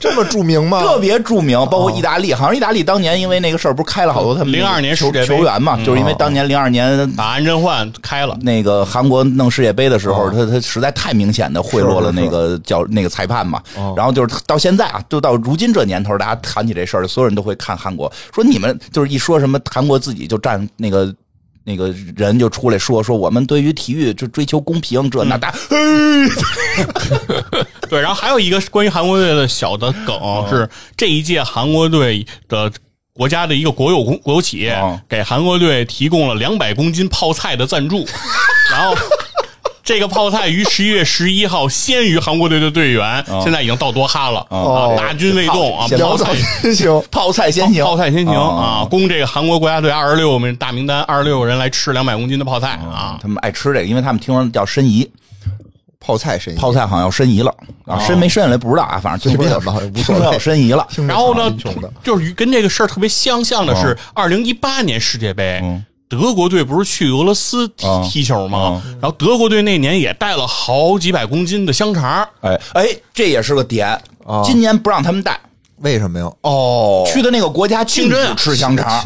[SPEAKER 4] 这么著名吗？
[SPEAKER 2] 特别著名，包
[SPEAKER 3] 哦
[SPEAKER 2] 括意大利，好像意大利当年因为那个事儿不是开了好多他们
[SPEAKER 3] 02年
[SPEAKER 2] 球
[SPEAKER 3] 世界杯嗯
[SPEAKER 2] 球员嘛，就是因为当年零二年
[SPEAKER 3] 把安贞焕开了，
[SPEAKER 2] 那个韩国弄世界杯的时
[SPEAKER 3] 哦
[SPEAKER 2] 候，他他实在太明显的贿赂了那个叫那个裁判嘛。
[SPEAKER 3] 哦
[SPEAKER 2] 然后就是到现在啊，就到如今这年头，大家谈起这事儿，所有人都会看韩国，说你们就是一说什么韩国自己就占那个。那个人就出来说说我们对于体育就追求公平，这那
[SPEAKER 3] 嗯
[SPEAKER 2] 那，
[SPEAKER 3] 对，然后还有一个是关于韩国队的小的梗是，这一届韩国队的国家的一个国有公国有企业
[SPEAKER 2] 哦
[SPEAKER 3] 给韩国队提供了两百公斤泡菜的赞助，然后。这个泡菜于十一月十一号先于韩国队的队员，现在已经到多哈了啊，大军未动啊，
[SPEAKER 2] 先
[SPEAKER 3] 泡
[SPEAKER 4] 聊
[SPEAKER 3] 菜
[SPEAKER 4] 到 真行，
[SPEAKER 2] 泡菜先行，
[SPEAKER 3] 泡菜先行
[SPEAKER 2] 啊
[SPEAKER 3] 啊，供这个韩国国家队二十六名大名单二十六个人来吃两百公斤的泡菜啊，
[SPEAKER 2] 他们爱吃这个，因为他们听说叫申遗，
[SPEAKER 4] 泡菜神医，
[SPEAKER 2] 泡菜好像要申遗了啊，申
[SPEAKER 3] 哦
[SPEAKER 2] 没申下来不知道啊，反正听说
[SPEAKER 4] 听着吧无
[SPEAKER 2] 听
[SPEAKER 4] 所谓
[SPEAKER 2] 说要申遗了，
[SPEAKER 4] 听着
[SPEAKER 3] 然后呢
[SPEAKER 2] 嗯
[SPEAKER 4] 挺穷的，
[SPEAKER 3] 就是跟这个事儿特别相像的是，二零一八年世界杯，德国队不是去俄罗斯踢
[SPEAKER 2] 嗯
[SPEAKER 3] 踢球吗？然后德国队那年也带了好几百公斤的香肠，
[SPEAKER 2] 哎哎，这也是个点，今年不让他们带
[SPEAKER 4] 为什么呀？
[SPEAKER 2] 哦，去的那个国家禁
[SPEAKER 3] 清真
[SPEAKER 2] 止
[SPEAKER 3] 啊
[SPEAKER 2] 吃香 肠，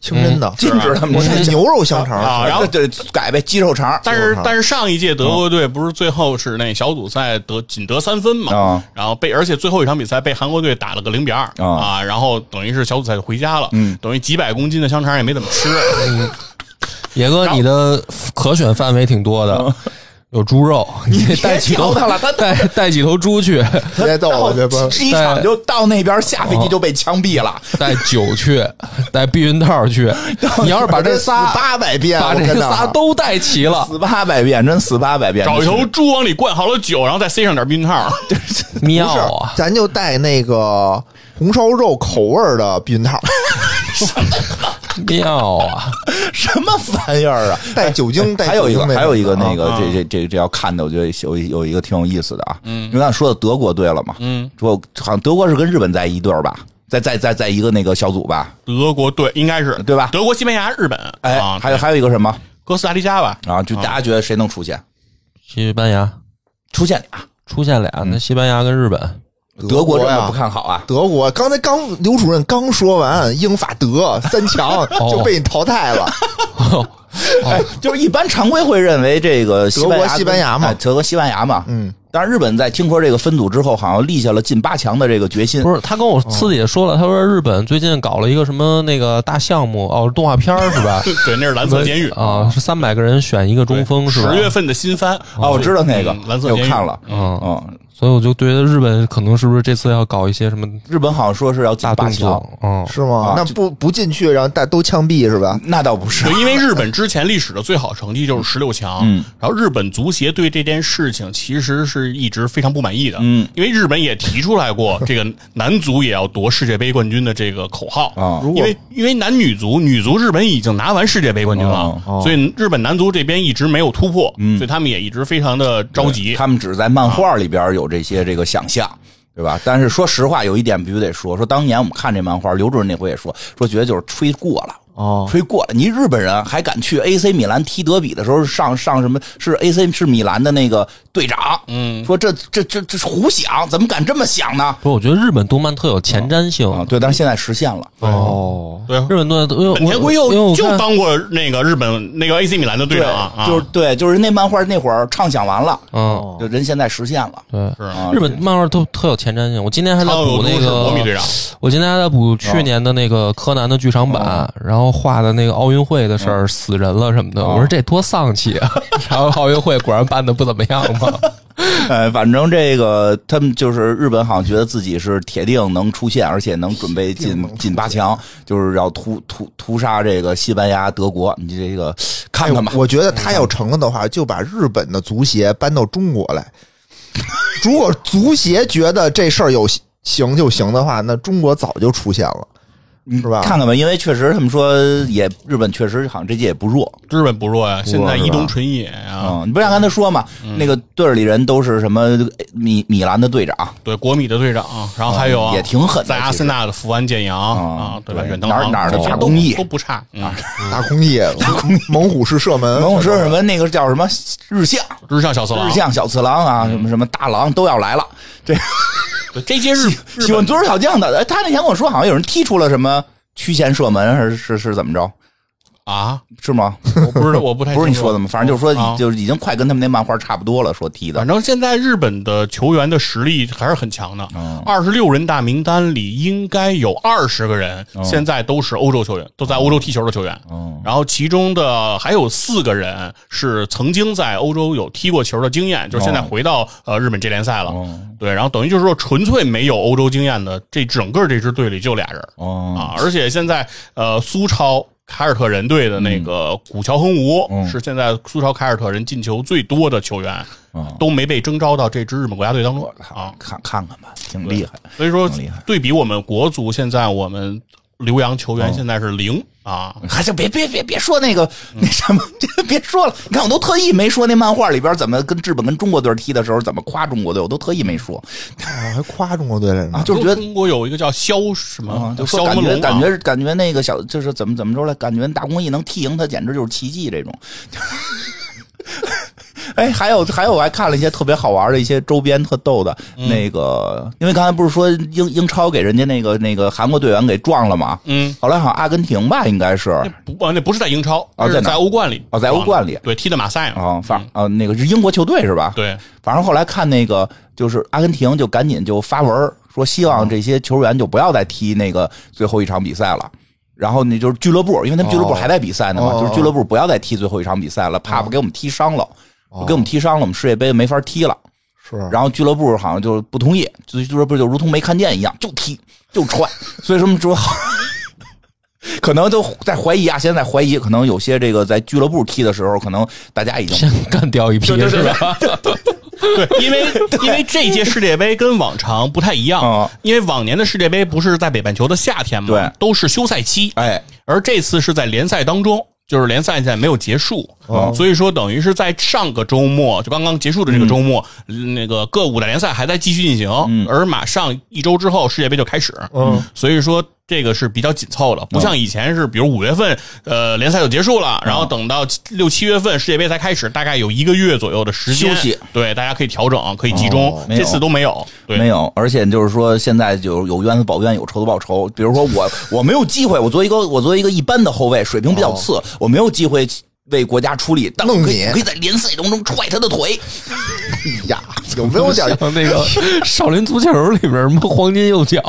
[SPEAKER 4] 清真的，
[SPEAKER 2] 禁止他们
[SPEAKER 4] 我
[SPEAKER 2] 吃
[SPEAKER 4] 看
[SPEAKER 2] 香肠
[SPEAKER 4] 牛肉香肠
[SPEAKER 3] 啊然 后
[SPEAKER 2] 对改呗，鸡肉肠，
[SPEAKER 3] 但
[SPEAKER 4] 有
[SPEAKER 3] 是
[SPEAKER 4] 啥
[SPEAKER 3] 但是上一届德国队不是最后是那小组赛得仅得三分嘛，
[SPEAKER 2] 啊
[SPEAKER 3] 然后被而且最后一场比赛被韩国队打了个零比二
[SPEAKER 2] 啊
[SPEAKER 3] 啊，然后等于是小组赛就回家了，
[SPEAKER 2] 嗯
[SPEAKER 3] 等于几百公斤的香肠也没怎么吃，
[SPEAKER 1] 野哥，你的可选范围挺多的，有猪肉，你得带几头
[SPEAKER 2] 别挑他了他
[SPEAKER 1] 带带几头猪去，
[SPEAKER 4] 别逗
[SPEAKER 2] 然
[SPEAKER 4] 了，
[SPEAKER 2] 后
[SPEAKER 4] 别不，
[SPEAKER 2] 第一场就到那边下飞机就被枪毙了，
[SPEAKER 1] 带酒去，带避孕套去。你要是把这仨
[SPEAKER 4] 八百遍，
[SPEAKER 1] 把
[SPEAKER 4] 我
[SPEAKER 1] 这
[SPEAKER 4] 跟啊
[SPEAKER 1] 仨
[SPEAKER 4] 那
[SPEAKER 1] 都带齐了，
[SPEAKER 2] 死八百遍，真死八百遍，
[SPEAKER 3] 找一头猪往里灌好了酒，然后再塞上点避孕套，
[SPEAKER 1] 妙
[SPEAKER 4] 不
[SPEAKER 1] 啊
[SPEAKER 4] 是，！咱就带那个红烧肉口味儿的避 孕套，
[SPEAKER 1] 妙啊！
[SPEAKER 2] 什么玩意儿啊！
[SPEAKER 4] 带酒精， 带啊
[SPEAKER 2] 还有一
[SPEAKER 4] 酒
[SPEAKER 2] 个，
[SPEAKER 4] 精
[SPEAKER 2] 还有一个
[SPEAKER 4] 种
[SPEAKER 2] 那
[SPEAKER 4] 的
[SPEAKER 2] 个，这这这这要看的，我觉得有有一个挺有意思的啊。嗯，因为刚才说到德国队了嘛，嗯，说好像德国是跟日本在一队儿吧，在在在在一个那个小组吧，
[SPEAKER 3] 德国队应该是
[SPEAKER 2] 对吧
[SPEAKER 3] 德国、西班牙、日本，
[SPEAKER 2] 哎，
[SPEAKER 3] 啊，
[SPEAKER 2] 还有还有一个什么
[SPEAKER 3] 哥斯达黎加吧，
[SPEAKER 2] 啊？就大家觉得谁能出现？
[SPEAKER 1] 西班牙
[SPEAKER 2] 出现俩，
[SPEAKER 1] 出现俩，那西班牙跟日本，
[SPEAKER 2] 德国
[SPEAKER 4] 国
[SPEAKER 2] 这个
[SPEAKER 4] 呀
[SPEAKER 2] 不看好啊。
[SPEAKER 4] 德国刚才刚刘主任刚说完英法 德三强就被你淘汰了，
[SPEAKER 2] 哎，就是一般常规会认为这个西班牙
[SPEAKER 4] 德国西班牙嘛
[SPEAKER 2] 哎德国西班牙嘛，嗯。但是日本在听说这个分组之后，好像立下了进八强的这个决心。
[SPEAKER 1] 不是他跟我私底下说了，他说日本最近搞了一个什么那个大项目哦，动画片儿是吧？
[SPEAKER 3] 对对，那是蓝色监狱。
[SPEAKER 1] 啊，是三百个人选一个中锋是吧
[SPEAKER 3] 十？月份的新番
[SPEAKER 2] 嗯哦，我知道那个，
[SPEAKER 3] 嗯蓝色
[SPEAKER 2] 我
[SPEAKER 3] 监狱
[SPEAKER 2] 看了，
[SPEAKER 1] 嗯，
[SPEAKER 2] 嗯，
[SPEAKER 1] 所以我就觉得日本可能是不是这次要搞一些什么
[SPEAKER 2] 日本好像说是要进
[SPEAKER 1] 大
[SPEAKER 2] 八
[SPEAKER 1] 动
[SPEAKER 2] 强，
[SPEAKER 1] 作？嗯，
[SPEAKER 4] 是吗
[SPEAKER 2] 啊？
[SPEAKER 4] 那不不进去，然后大都枪毙是吧？
[SPEAKER 2] 那倒不是
[SPEAKER 3] 对，，因为日本之前历史的最好成绩就是十六强，
[SPEAKER 2] 嗯
[SPEAKER 3] 然后日本足协对这件事情其实是一直非常不满意的，
[SPEAKER 2] 嗯，
[SPEAKER 3] 因为日本也提出来过这个男足也要夺世界杯冠军的这个口号
[SPEAKER 2] 啊
[SPEAKER 4] 如果
[SPEAKER 3] 因为因为男女足女足日本已经拿完世界杯冠军了
[SPEAKER 2] 哦，嗯
[SPEAKER 3] 所以日本男足这边一直没有突破，所以他们也一直非常的着急，
[SPEAKER 2] 他们只是在漫画里边有这些这个想象，对吧？但是说实话，有一点必须得说，说当年我们看这漫画，刘主任那回也说，说觉得就是吹过了。
[SPEAKER 4] 哦，
[SPEAKER 2] 吹过了，你日本人还敢去 AC 米兰踢德比的时候上上什么？是 AC 是米兰的那个队长，嗯，说这这这这是胡想，怎么敢这么想呢？
[SPEAKER 1] 不是，我觉得日本动漫特有前瞻性
[SPEAKER 2] 啊，对，但是现在实现了，
[SPEAKER 1] 哦。
[SPEAKER 3] 对。
[SPEAKER 1] 日本队，因为我
[SPEAKER 3] 本田圭
[SPEAKER 1] 因为
[SPEAKER 3] 佑
[SPEAKER 1] 我
[SPEAKER 3] 就
[SPEAKER 1] 看
[SPEAKER 3] 当过那个日本那个 AC 米兰的队
[SPEAKER 2] 对
[SPEAKER 3] 长啊，，哦
[SPEAKER 2] 就是对，就是那漫画那会儿畅想完了，
[SPEAKER 1] 嗯，
[SPEAKER 2] 就人现在实现了，
[SPEAKER 1] 对，
[SPEAKER 3] 是
[SPEAKER 2] 啊
[SPEAKER 1] 日本漫画都特有前瞻性。我今天还在
[SPEAKER 3] 还有
[SPEAKER 1] 补那
[SPEAKER 3] 是国米队
[SPEAKER 1] 个，
[SPEAKER 3] 长，
[SPEAKER 1] 我今天还在补去年的那个柯南的剧场版，然后画的那个奥运会的事儿，死人了什么的。我说这多丧气 啊！然后奥运会果然办的不怎么样 嘛。
[SPEAKER 2] 呃，反正这个他们就是日本，好像觉得自己是铁定能出现，而且能准备进进八强，就是要屠屠屠杀这个西班牙、德国。你这个看看吧，
[SPEAKER 4] 我觉得他要成了的话，就把日本的足协搬到中国来。 如果足协觉得这事儿有行就行的话，那中国早就出现了，是吧？
[SPEAKER 2] 看看吧，因为确实他们说也日本确实好像这届也不弱
[SPEAKER 3] 日本不弱呀，现在
[SPEAKER 4] 是吧
[SPEAKER 3] 伊东纯也啊，
[SPEAKER 2] 啊、嗯你不想跟他说嘛？那个队里人都是什么米米兰的队长
[SPEAKER 3] 对，国米的队长，然后还有啊
[SPEAKER 2] 嗯也挺狠的
[SPEAKER 3] 在阿森纳的福安健洋
[SPEAKER 2] 啊
[SPEAKER 3] 啊，对吧？
[SPEAKER 2] 对
[SPEAKER 3] 远藤
[SPEAKER 2] 哪儿
[SPEAKER 3] 航
[SPEAKER 2] 哪儿的
[SPEAKER 3] 都
[SPEAKER 2] 打
[SPEAKER 3] 都
[SPEAKER 2] 工艺
[SPEAKER 3] 都不差，嗯，
[SPEAKER 4] 大空翼，猛虎式射门，
[SPEAKER 2] 猛虎是什么那个叫什么日向。
[SPEAKER 3] 日向小次郎
[SPEAKER 2] 日，向小次郎啊，什么什么大郎都要来了。这
[SPEAKER 3] 对这些日日
[SPEAKER 2] 喜欢
[SPEAKER 3] 本
[SPEAKER 2] 足球小将的，哎，他那天跟我说，好像有人踢出了什么曲线射门，还是是是怎么着？
[SPEAKER 3] 啊，
[SPEAKER 2] 是吗？
[SPEAKER 3] 我不知道，我不太
[SPEAKER 2] 不是你
[SPEAKER 3] 清楚
[SPEAKER 2] 说的吗？反正就是说
[SPEAKER 3] 啊，
[SPEAKER 2] 就是已经快跟他们那漫画差不多了，说踢的
[SPEAKER 3] 反。正现在日本的球员的实力还是很强的。二十六人大名单里应该有二十个人现在都是欧洲球员，都在欧洲踢球的球员。然后其中的还有四个人是曾经在欧洲有踢过球的经验，就是现在回到呃日本这联赛了。对，然后等于就是说纯粹没有欧洲经验的这整个这支队里就俩人。
[SPEAKER 2] 哦，
[SPEAKER 3] 啊，而且现在呃，苏超凯尔特人队的那个
[SPEAKER 2] 嗯
[SPEAKER 3] 古乔亨吴、是现在苏超凯尔特人进球最多的球员，
[SPEAKER 2] 嗯
[SPEAKER 3] 都没被征召到这支日本国家队当中啊。
[SPEAKER 2] 看看看吧，挺厉害。
[SPEAKER 3] 所以说
[SPEAKER 2] 挺厉害，
[SPEAKER 3] 对比我们国足，现在我们留洋球
[SPEAKER 2] 嗯
[SPEAKER 3] 员现在是零、啊。
[SPEAKER 2] 还行，别别别别说那个那什么， 别说了。你看，我都特意没说那漫画里边怎么跟日本跟中国队踢的时候怎么夸中国队，我都特意没说
[SPEAKER 4] 啊，还夸中国队来着呢
[SPEAKER 2] 啊，。就是觉得
[SPEAKER 3] 中国有一个叫肖什
[SPEAKER 2] 啊
[SPEAKER 3] 么，，
[SPEAKER 2] 就
[SPEAKER 3] 肖
[SPEAKER 2] 说
[SPEAKER 3] 什
[SPEAKER 2] 感
[SPEAKER 3] 么龙、
[SPEAKER 2] 觉
[SPEAKER 3] 啊，
[SPEAKER 2] 感觉感觉那个小就是怎么怎么说来，感觉大公益能踢赢他，简直就是奇迹这种。 哎，还有还有，我还看了一些特别好玩的一些周边，特逗的。那个，因为刚才不是说英英超给人家那个那个韩国队员给撞了吗？
[SPEAKER 3] 嗯，
[SPEAKER 2] 后来好像阿根廷吧，应该是
[SPEAKER 3] 不啊，那不是在英超，
[SPEAKER 2] 啊
[SPEAKER 3] 那是
[SPEAKER 2] 在哪
[SPEAKER 3] 在欧冠里
[SPEAKER 2] 哦在欧冠里
[SPEAKER 3] 对，踢的马赛嘛，嗯
[SPEAKER 2] 啊，反啊那个是英国球队是吧？
[SPEAKER 3] 对，
[SPEAKER 2] 反正后来看那个，就是阿根廷就赶紧就发文儿说，希望这些球员就不要再踢那个最后一场比赛了。然后你就是俱乐部，因为他们俱乐部还在比赛呢嘛，
[SPEAKER 4] 哦
[SPEAKER 2] 就是俱乐部不要再踢最后一场比赛了，怕不给我们踢伤了，
[SPEAKER 4] 哦
[SPEAKER 2] 给我们踢伤了，我们世界杯没法踢了。
[SPEAKER 4] 是，
[SPEAKER 2] 然后俱乐部好像就不同意，就俱乐部就如同没看见一样，就踢 就踹，所以说说好。 可能都在怀疑啊，现在怀疑，可能有些这个在俱乐部踢的时候，可能大家已经
[SPEAKER 1] 先干掉一批
[SPEAKER 3] 对对对
[SPEAKER 1] 是吧？
[SPEAKER 3] 对，因为因为这届世界杯跟往常不太一样，
[SPEAKER 2] 嗯
[SPEAKER 3] 因为往年的世界杯不是在北半球的夏天嘛，
[SPEAKER 2] 对
[SPEAKER 3] 都是休赛期，
[SPEAKER 2] 哎，
[SPEAKER 3] 而这次是在联赛当中，就是联赛现在没有结束，
[SPEAKER 2] 哦
[SPEAKER 3] 啊所以说等于是在上个周末就刚刚结束的这个
[SPEAKER 2] 嗯
[SPEAKER 3] 周末，嗯那个各五大联赛还在继续进行，而马上一周之后世界杯就开始，
[SPEAKER 4] 嗯，
[SPEAKER 3] 所以说这个是比较紧凑的，不
[SPEAKER 2] 嗯
[SPEAKER 3] 像以前是，比如五月份，呃，联赛就结束了，然后等到七六七月份世界杯才开始，大概有一个月左右的时
[SPEAKER 2] 休
[SPEAKER 3] 间
[SPEAKER 2] 息，
[SPEAKER 3] 对，大家可以调整，可以集中
[SPEAKER 2] 哦，没有
[SPEAKER 3] 这次都没有，对，
[SPEAKER 2] 没有，而且就是说，现在就有冤死报冤，有仇的报仇。比如说 我，我没有机会，我作为一个我作为一个一般的后卫，水平比较次，我没有机会为国家出力，但我
[SPEAKER 4] 哦弄
[SPEAKER 2] 可以
[SPEAKER 4] 你
[SPEAKER 2] 我可以在联赛当中踹他的腿。
[SPEAKER 4] 哎呀，有没有点 儿
[SPEAKER 1] 像那 个少林足球里边什么黄金右脚，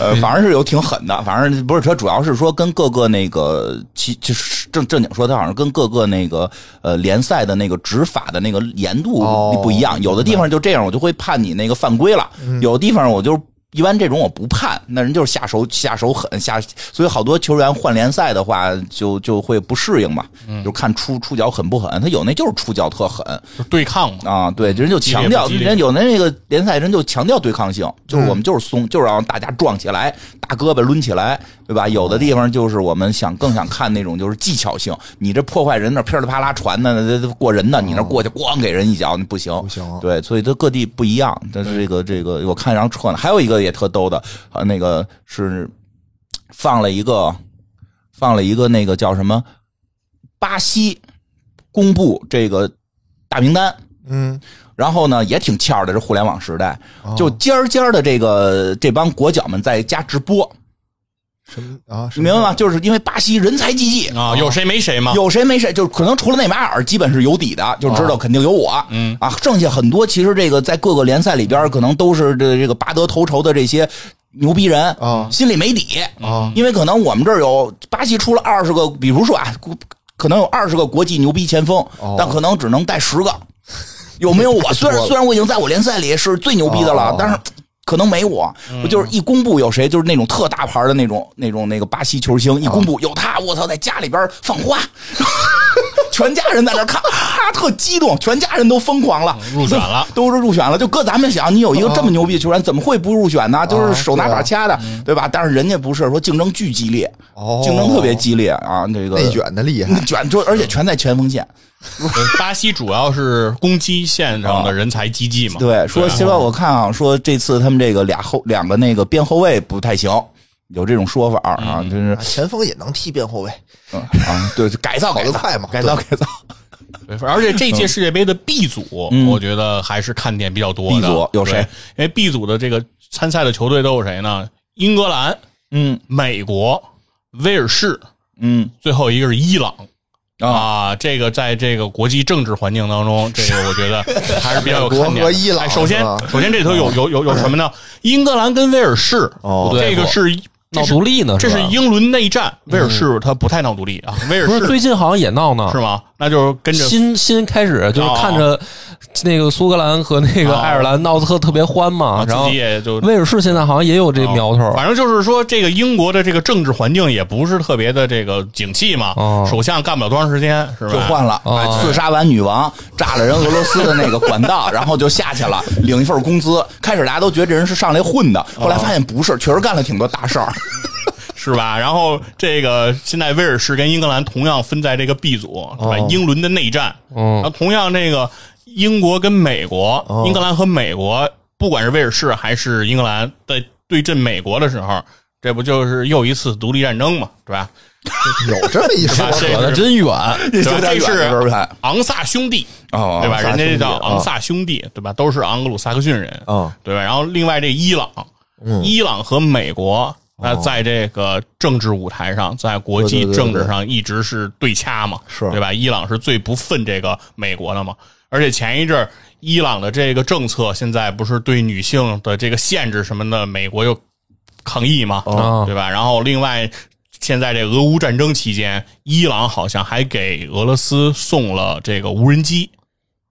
[SPEAKER 2] 呃，反正是有挺狠的，反正不是说，主要是说跟各个那个其就是正正经说，他好像跟各个那个呃联赛的那个执法的那个严度
[SPEAKER 4] 哦
[SPEAKER 2] 不一样，有的地方就这样，我就会判你那个犯规了，有的地方我就。一般这种我不判，那人就是下手下手狠下，所以好多球员换联赛的话，就就会不适应嘛，就看出出脚狠不狠。他有那就是出脚特狠，
[SPEAKER 3] 就是对抗嘛，
[SPEAKER 2] 啊，对，人就强调，
[SPEAKER 3] 嗯激烈不激烈嗯
[SPEAKER 2] 人有的那个联赛人就强调对抗性，就是我们就是松，就是让大家撞起来，大胳膊抡起来，对吧？有的地方就是我们想更想看那种就是技巧性，你这破坏人那噼里啪啦传的那那过人的，你那
[SPEAKER 3] 嗯
[SPEAKER 2] 过去咣给人一脚，那不行，
[SPEAKER 4] 不行
[SPEAKER 3] 啊
[SPEAKER 2] 对，所以它各地不一样，但是这个这个我看然后撤呢，还有一个也特逗的，呃，那个是放了一个放了一个那个叫什么巴西公布这个大名单。
[SPEAKER 4] 嗯，
[SPEAKER 2] 然后呢，也挺欠的，这互联网时代，就尖儿尖儿的这个这帮国脚们在家直播，
[SPEAKER 4] 什么啊？什
[SPEAKER 2] 明
[SPEAKER 4] 么
[SPEAKER 2] 白吗？就是因为巴西人才济济。
[SPEAKER 3] 啊，有谁没谁嘛，
[SPEAKER 2] 有谁没谁，就可能除了内马尔，基本是有底的，就知道肯定有我。
[SPEAKER 3] 嗯
[SPEAKER 2] 啊，剩下很多其实这个在各个联赛里边，可能都是这这个拔得头筹的这些牛逼人
[SPEAKER 4] 啊
[SPEAKER 2] 心里没底
[SPEAKER 4] 啊
[SPEAKER 2] 因为可能我们这儿有巴西出了二十个，比如说啊，可能有二十个国际牛逼前锋，
[SPEAKER 4] 哦
[SPEAKER 2] 但可能只能带十个。有没有 我？虽然虽然我已经在我联赛里是最牛逼的了，
[SPEAKER 4] 哦
[SPEAKER 2] 但是可能没我。
[SPEAKER 4] 嗯
[SPEAKER 2] 我就是一公布有谁，就是那种特大牌的那种那种那个巴西球
[SPEAKER 4] 哦
[SPEAKER 2] 星，一公布有他，我操，在家里边放花。 全家人在那儿看啊，特激动，全家人都疯狂了，
[SPEAKER 4] 嗯
[SPEAKER 3] 入选了
[SPEAKER 2] 都是入选了。就搁咱们想，你有一个
[SPEAKER 4] 哦
[SPEAKER 2] 这么牛逼的球员，怎么会不入选呢？就是手拿
[SPEAKER 4] 啊
[SPEAKER 2] 把掐的，对吧？但是人家不是说竞争巨激烈，
[SPEAKER 4] 嗯哦
[SPEAKER 2] 竞争特别激烈啊，这个
[SPEAKER 4] 内卷嗯的厉害？
[SPEAKER 2] 卷就而且全在前锋线。
[SPEAKER 3] 巴西主要是攻击线上的人才济
[SPEAKER 4] 嗯
[SPEAKER 3] 济嘛，
[SPEAKER 2] 对，说
[SPEAKER 3] 对
[SPEAKER 2] 希望我看啊，说这次他们这个俩后两个那个边后卫不太行，有这种说法啊，真是
[SPEAKER 4] 啊前锋也能踢边后卫，
[SPEAKER 2] 嗯啊，对，就改造
[SPEAKER 4] 跑
[SPEAKER 2] 改
[SPEAKER 4] 得
[SPEAKER 2] 造
[SPEAKER 4] 快嘛
[SPEAKER 2] 改造改造。
[SPEAKER 3] 对，而且这届世界杯的 B 组，我觉得还是看点比较多的。
[SPEAKER 2] B 组有
[SPEAKER 3] 对
[SPEAKER 2] 谁？
[SPEAKER 3] 因为 B 组的这个参赛的球队都有谁呢？英格兰、
[SPEAKER 2] 嗯
[SPEAKER 3] 美国、威尔士、
[SPEAKER 2] 嗯
[SPEAKER 3] 最后一个是伊朗。
[SPEAKER 2] 啊，
[SPEAKER 3] 啊，这个在这个国际政治环境当中，这个我觉得还是比较有看
[SPEAKER 4] 美
[SPEAKER 3] 点。
[SPEAKER 4] 国和伊朗
[SPEAKER 3] 哎首先
[SPEAKER 4] 是吧，
[SPEAKER 3] 首先这里头有有有有什么呢？英格兰跟威尔士，
[SPEAKER 4] 哦
[SPEAKER 3] 这个是这
[SPEAKER 1] 闹
[SPEAKER 3] 是
[SPEAKER 1] 独立呢？
[SPEAKER 3] 这
[SPEAKER 1] 啊是
[SPEAKER 3] 是
[SPEAKER 1] 吧嗯
[SPEAKER 3] 英伦内战，威尔士他不太闹独立啊，威 尔
[SPEAKER 1] 不是
[SPEAKER 3] 士
[SPEAKER 1] 最近好像也闹呢？
[SPEAKER 3] 是吗？那就是跟着哦
[SPEAKER 1] 新新开始就是看着那个苏格兰和那个爱尔兰闹得特特别欢嘛
[SPEAKER 3] 啊，自
[SPEAKER 1] 然后
[SPEAKER 3] 己也就哦
[SPEAKER 1] 威尔士现在好像也有这苗头，
[SPEAKER 3] 反正就是说，这个英国的这个政治环境也不是特别的这个景气嘛，
[SPEAKER 1] 哦
[SPEAKER 3] 首相干不了多长时间，是吧？
[SPEAKER 2] 就换了哎
[SPEAKER 1] 啊，
[SPEAKER 2] 刺杀完女王，炸了人俄罗斯的那个管道， 然后就下去了，领一份工资。开始大家都觉得这人是上来混的，后来发现不是，确实干了挺多大事儿。
[SPEAKER 3] 是吧？然后这个现在威尔士跟英格兰同样分在这个 B 组，
[SPEAKER 1] 哦
[SPEAKER 3] 是吧？英伦的内战，
[SPEAKER 1] 嗯
[SPEAKER 3] 然后同样这个英国跟美国，
[SPEAKER 1] 哦
[SPEAKER 3] 英格兰和美国，不管是威尔士还是英格兰在对阵美国的时候，这不就是又一次独立战争嘛，是吧？
[SPEAKER 4] 有这么一 说
[SPEAKER 3] 啊，这
[SPEAKER 1] 扯得真远。
[SPEAKER 2] 有
[SPEAKER 3] 对
[SPEAKER 2] 点
[SPEAKER 3] 吧这
[SPEAKER 2] 远
[SPEAKER 3] 是
[SPEAKER 2] 了，是吧？
[SPEAKER 3] 昂萨兄弟，
[SPEAKER 2] 哦，
[SPEAKER 3] 对吧？人家这叫昂
[SPEAKER 2] 啊，
[SPEAKER 3] 萨兄弟，对吧？都是盎格鲁撒克逊人，
[SPEAKER 4] 啊？
[SPEAKER 3] 对吧？然后另外这伊朗，
[SPEAKER 4] 嗯
[SPEAKER 3] 伊朗和美国。那
[SPEAKER 4] 哦
[SPEAKER 3] 在这个政治舞台上，在国际政治上一直是对掐嘛，
[SPEAKER 4] 是
[SPEAKER 3] 对吧？伊朗是最不忿这个美国的嘛，而且前一阵儿伊朗的这个政策现在不是对女性的这个限制什么的，美国又抗议嘛，
[SPEAKER 1] 哦
[SPEAKER 3] 对吧？然后另外，现在这俄乌战争期间，伊朗好像还给俄罗斯送了这个无人机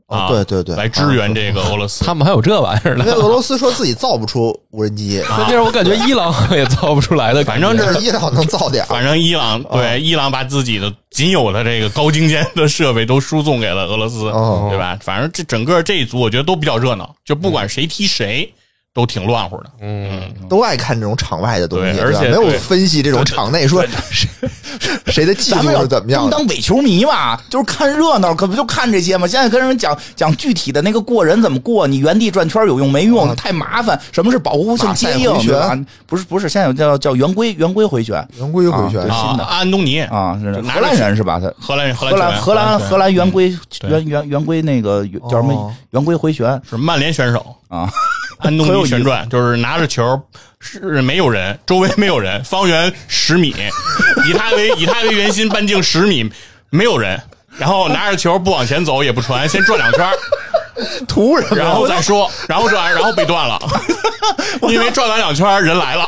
[SPEAKER 4] 哦
[SPEAKER 3] 啊，
[SPEAKER 4] 对对对
[SPEAKER 3] 来支援这个俄罗斯。
[SPEAKER 1] 他们还有这玩意儿呢
[SPEAKER 4] 因为，俄罗斯说自己造不出无人机，
[SPEAKER 1] 关键是我感觉伊朗好像也造不出来的感
[SPEAKER 3] 啊反
[SPEAKER 1] 觉，
[SPEAKER 3] 正这
[SPEAKER 4] 但是伊朗能造点儿，
[SPEAKER 3] 反正伊朗
[SPEAKER 2] 哦
[SPEAKER 3] 对伊朗把自己的仅有的这个高精尖的设备都输送给了俄罗斯，
[SPEAKER 4] 哦
[SPEAKER 3] 对吧？反正这整个这一组我觉得都比较热闹，就不管谁踢谁，都挺乱乎的。
[SPEAKER 1] 嗯，
[SPEAKER 4] 都爱看这种场外的东西，
[SPEAKER 3] 对
[SPEAKER 4] 对吧
[SPEAKER 3] 而且
[SPEAKER 4] 没有
[SPEAKER 3] 对
[SPEAKER 4] 分析这种场内说谁谁的技
[SPEAKER 2] 咱
[SPEAKER 4] 术
[SPEAKER 2] 们要
[SPEAKER 4] 是怎么样的。
[SPEAKER 2] 当伪球迷嘛，就是看热闹，可不就看这些嘛。现在跟人讲讲具体的那个过人怎么过，你原地转圈有用没用？太麻烦。什么是保护性接应？
[SPEAKER 4] 马赛回旋
[SPEAKER 2] 对吧不是不是，现在有叫叫圆规圆规回旋
[SPEAKER 4] 圆规回旋
[SPEAKER 2] 啊对
[SPEAKER 3] 啊
[SPEAKER 2] 新的，
[SPEAKER 3] 安东尼，
[SPEAKER 2] 啊，是
[SPEAKER 3] 就拿着
[SPEAKER 2] 荷兰人是吧？他
[SPEAKER 3] 荷兰人，荷
[SPEAKER 2] 荷兰
[SPEAKER 3] 兰
[SPEAKER 2] 荷兰荷
[SPEAKER 3] 兰
[SPEAKER 2] 兰圆规
[SPEAKER 3] 对
[SPEAKER 2] 圆圆圆规那个叫什么
[SPEAKER 4] 哦
[SPEAKER 2] 圆规回旋
[SPEAKER 3] 是曼联选手，
[SPEAKER 2] 啊？
[SPEAKER 3] 安东
[SPEAKER 2] 很有意
[SPEAKER 3] 尼
[SPEAKER 2] 思
[SPEAKER 3] 旋转，就是拿着球是没有人，周围没有人，方圆十米， 以他为以他为圆心，半径十米，没有人，然后拿着球不往前走也不传，先转两圈儿，
[SPEAKER 4] 图什 么？
[SPEAKER 3] 然后再说，然后转，然后被断 了，因为转完两圈儿人来了，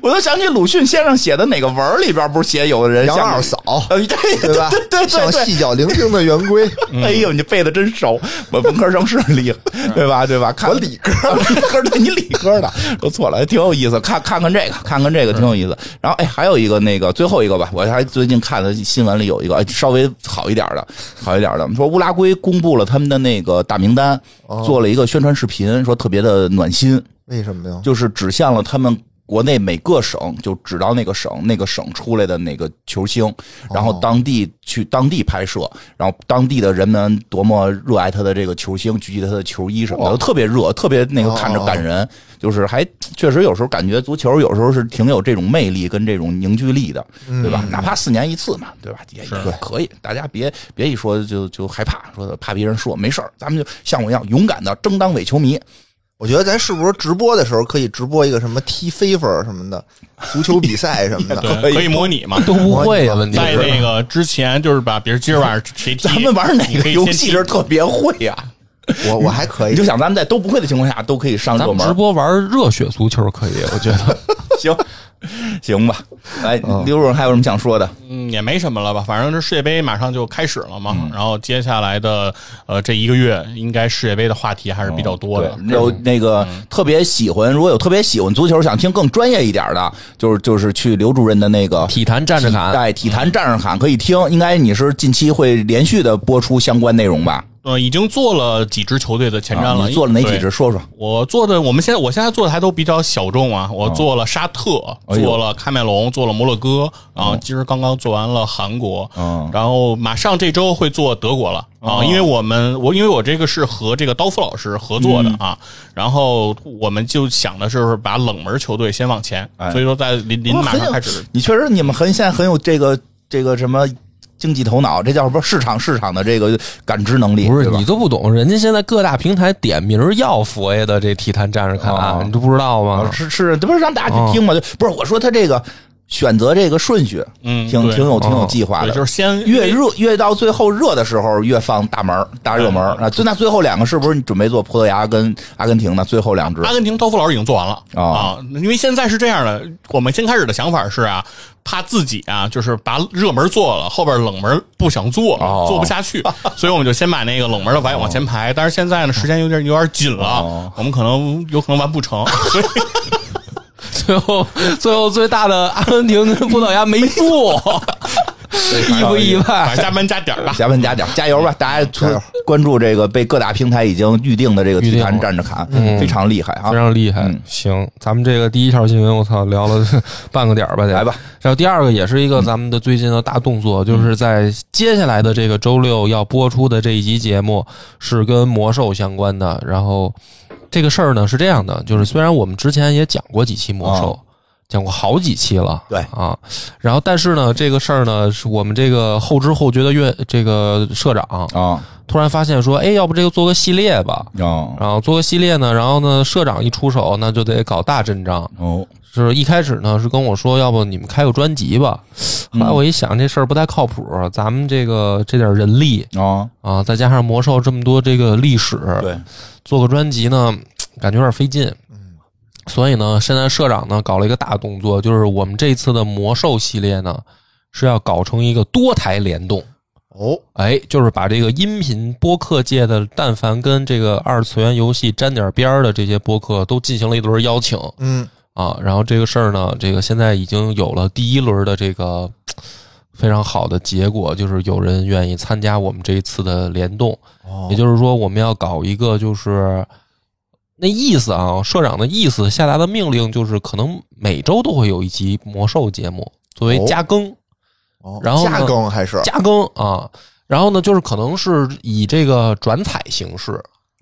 [SPEAKER 2] 我都想起鲁迅先生写的哪个文儿里边不是写有的人
[SPEAKER 4] 杨
[SPEAKER 2] 像
[SPEAKER 4] 二嫂，
[SPEAKER 2] 呃，对对
[SPEAKER 4] 对吧
[SPEAKER 2] 对对？对
[SPEAKER 4] 像
[SPEAKER 2] 对，
[SPEAKER 4] 细脚伶仃的圆规，
[SPEAKER 2] 哎呦，你背的真熟，我文科生是厉害，对吧？对吧？看
[SPEAKER 4] 我 理科，
[SPEAKER 2] 理科对你理科的，说错了，还哎挺有意思。看看看这个，看看这个挺有意思。然后哎，还有一个那个最后一个吧，我还最近看的新闻里有一个哎稍微好一点的，好一点的，说乌拉圭公布了他们的那个大名单，做了一个宣传视频，说特别的暖心，
[SPEAKER 4] 为什么呀？
[SPEAKER 2] 就是指向了他们。国内每个省就指到那个省，那个省出来的那个球星，然后当地去当地拍摄，然后当地的人们多么热爱他的这个球星，举起他的球衣什么的，特别热，特别那个看着感人，就是还确实有时候感觉足球有时候是挺有这种魅力跟这种凝聚力的，对吧？哪怕四年一次嘛，对吧？也也可以，大家别别一说就就害怕，说怕别人说没事儿，咱们就像我一样勇敢的争当伪球迷，
[SPEAKER 4] 我觉得咱是不是直播的时候可以直播一个什么踢飞分什么的，足球比赛什 么的？
[SPEAKER 3] 对，可以模拟嘛。
[SPEAKER 1] 都不会呀，问题
[SPEAKER 3] 在那
[SPEAKER 1] 是。
[SPEAKER 3] 个之前，就是把，比如今儿 晚上谁踢，
[SPEAKER 2] 咱们玩哪
[SPEAKER 3] 你可
[SPEAKER 2] 个
[SPEAKER 3] 以
[SPEAKER 2] 游
[SPEAKER 3] 先
[SPEAKER 2] 戏
[SPEAKER 3] 踢
[SPEAKER 2] 是特别会呀、
[SPEAKER 4] 我我还可
[SPEAKER 2] 你
[SPEAKER 4] 以
[SPEAKER 2] 就，想咱们在都不会的情况下都可以上
[SPEAKER 1] 咱
[SPEAKER 2] 热
[SPEAKER 1] 们直
[SPEAKER 2] 门，
[SPEAKER 1] 播玩热血足球可以，我觉得
[SPEAKER 2] 行行吧？来，刘主任还有什么想说的？
[SPEAKER 3] 嗯，也没什么了吧，反正这世界杯马上就开始了
[SPEAKER 2] 嗯
[SPEAKER 3] 嘛，然后接下来的呃这一个月，应该世界杯的话题
[SPEAKER 2] 嗯
[SPEAKER 3] 还是比较多的。
[SPEAKER 2] 哦对有那个特别喜欢，如果有特别喜欢足球，想听更专业一点的，就是就是去刘主任的那个
[SPEAKER 1] 体坛站着侃，
[SPEAKER 2] 哎，体坛战士侃可以听。应该你是近期会连续的播出相关内容吧？
[SPEAKER 3] 呃，已经做了几支球队的前瞻
[SPEAKER 2] 啊
[SPEAKER 3] 了，
[SPEAKER 2] 你做了哪几支？
[SPEAKER 3] 对？
[SPEAKER 2] 说说。
[SPEAKER 3] 我做的，我们现在我现在做的还都比较小众啊，我做了沙特，
[SPEAKER 2] 哦哎呦哦
[SPEAKER 3] 做了喀麦隆，做了摩洛哥，然后今儿刚刚做完了韩国，
[SPEAKER 2] 嗯
[SPEAKER 3] 然后马上这周会做德国了
[SPEAKER 2] 哦
[SPEAKER 3] 啊，因为我们我因为我这个是和这个刀夫老师合作的
[SPEAKER 2] 嗯
[SPEAKER 3] 啊，然后我们就想的是把冷门球队先往前，
[SPEAKER 2] 哎
[SPEAKER 3] 所以说在临临
[SPEAKER 2] 不是
[SPEAKER 3] 马
[SPEAKER 2] 很
[SPEAKER 3] 上
[SPEAKER 2] 有
[SPEAKER 3] 开始。
[SPEAKER 2] 你确实你们很现在很有这个这个什么经济头脑，这叫什么市场市场的这个感知能 力，
[SPEAKER 1] 不是
[SPEAKER 2] 对吧
[SPEAKER 1] 你都不懂，人家现在各大平台点名要佛爷的这体坛站着侃
[SPEAKER 2] 哦，
[SPEAKER 1] 你都不知道吗啊
[SPEAKER 2] 啊，？是是，这不是让大家去听吗？就不是我说他这个选择这个顺序，
[SPEAKER 3] 嗯
[SPEAKER 2] 挺
[SPEAKER 3] 对
[SPEAKER 2] 挺有挺有
[SPEAKER 1] 哦
[SPEAKER 2] 计划
[SPEAKER 3] 对，
[SPEAKER 2] 的。
[SPEAKER 3] 就是先
[SPEAKER 2] 越热越到最后热的时候，越放大门儿大热门儿
[SPEAKER 3] 对
[SPEAKER 2] 啊！就那最后两个是不是你准备做葡萄牙跟阿根廷呢？最后两支
[SPEAKER 3] 阿根廷豆腐老师已经做完了、
[SPEAKER 2] 哦
[SPEAKER 3] 啊，因为现在是这样的，我们先开始的想法是啊，他自己啊，就是把热门做了，后边冷门不想做了，
[SPEAKER 2] 哦
[SPEAKER 3] 做不 下去，所以我们就先把那个冷门的完往前排。但是现在呢，时间有点有点紧了，
[SPEAKER 2] 哦
[SPEAKER 3] 我们可能有可能完不成， 所以
[SPEAKER 1] 最后最后最大的阿根廷跟葡萄牙没 做， 意不意
[SPEAKER 3] 反
[SPEAKER 1] 外？
[SPEAKER 3] 正加班加点儿吧。
[SPEAKER 2] 加班加点儿，加油吧！大家出
[SPEAKER 4] 加油
[SPEAKER 2] 关注这个被各大平台已经预定的这个体
[SPEAKER 1] 预定
[SPEAKER 2] 坛
[SPEAKER 1] 了
[SPEAKER 2] 站着侃，
[SPEAKER 1] 嗯
[SPEAKER 2] 非常厉害啊
[SPEAKER 1] 非！常厉害
[SPEAKER 2] 嗯，
[SPEAKER 1] 行，咱们这个第一条新闻，我操，聊了 半个点儿吧，得
[SPEAKER 2] 来吧。
[SPEAKER 1] 然后第二个也是一个咱们的最近的大动作，
[SPEAKER 2] 嗯
[SPEAKER 1] 就是在接下来的这个周六要播出的这一集节目是跟魔兽相关的。然后这个事儿呢是这样的，就是虽然我们之前也讲过几期魔兽，
[SPEAKER 2] 哦
[SPEAKER 1] 讲过好几期了，
[SPEAKER 2] 对
[SPEAKER 1] 啊，然后但是呢这个事儿呢是我们这个后知后觉的院这个社长
[SPEAKER 2] 啊
[SPEAKER 1] 突然发现说，哎，要不这个做个系列吧。
[SPEAKER 2] 哦
[SPEAKER 1] 然后做个系列呢，然后呢，社长一出手，那就得搞大阵仗。
[SPEAKER 2] 哦，
[SPEAKER 1] 就是一开始呢是跟我说，要不你们开个专辑吧。后来我一想，这事儿不太靠谱，咱们这个这点人力
[SPEAKER 2] 哦，嗯
[SPEAKER 1] 啊，再加上魔兽这么多这个历史，
[SPEAKER 2] 对，
[SPEAKER 1] 做个专辑呢，感觉有点费劲。所以呢，现在社长呢搞了一个大动作，就是我们这次的魔兽系列呢是要搞成一个多台联动。
[SPEAKER 4] 哦，
[SPEAKER 1] 哎，就是把这个音频播客界的，但凡跟这个二次元游戏沾点边儿的这些播客，都进行了一轮邀请。
[SPEAKER 4] 嗯，
[SPEAKER 1] 啊，然后这个事儿呢，这个现在已经有了第一轮的这个非常好的结果，就是有人愿意参加我们这一次的联动，
[SPEAKER 4] 哦
[SPEAKER 1] 也就是说，我们要搞一个就是那意思啊，社长的意思下达的命令就是，可能每周都会有一集魔兽节目作为
[SPEAKER 4] 哦
[SPEAKER 1] 加更，
[SPEAKER 4] 哦
[SPEAKER 1] 然后呢
[SPEAKER 4] 加更还是
[SPEAKER 1] 加更啊。然后呢，就是可能是以这个转采形式，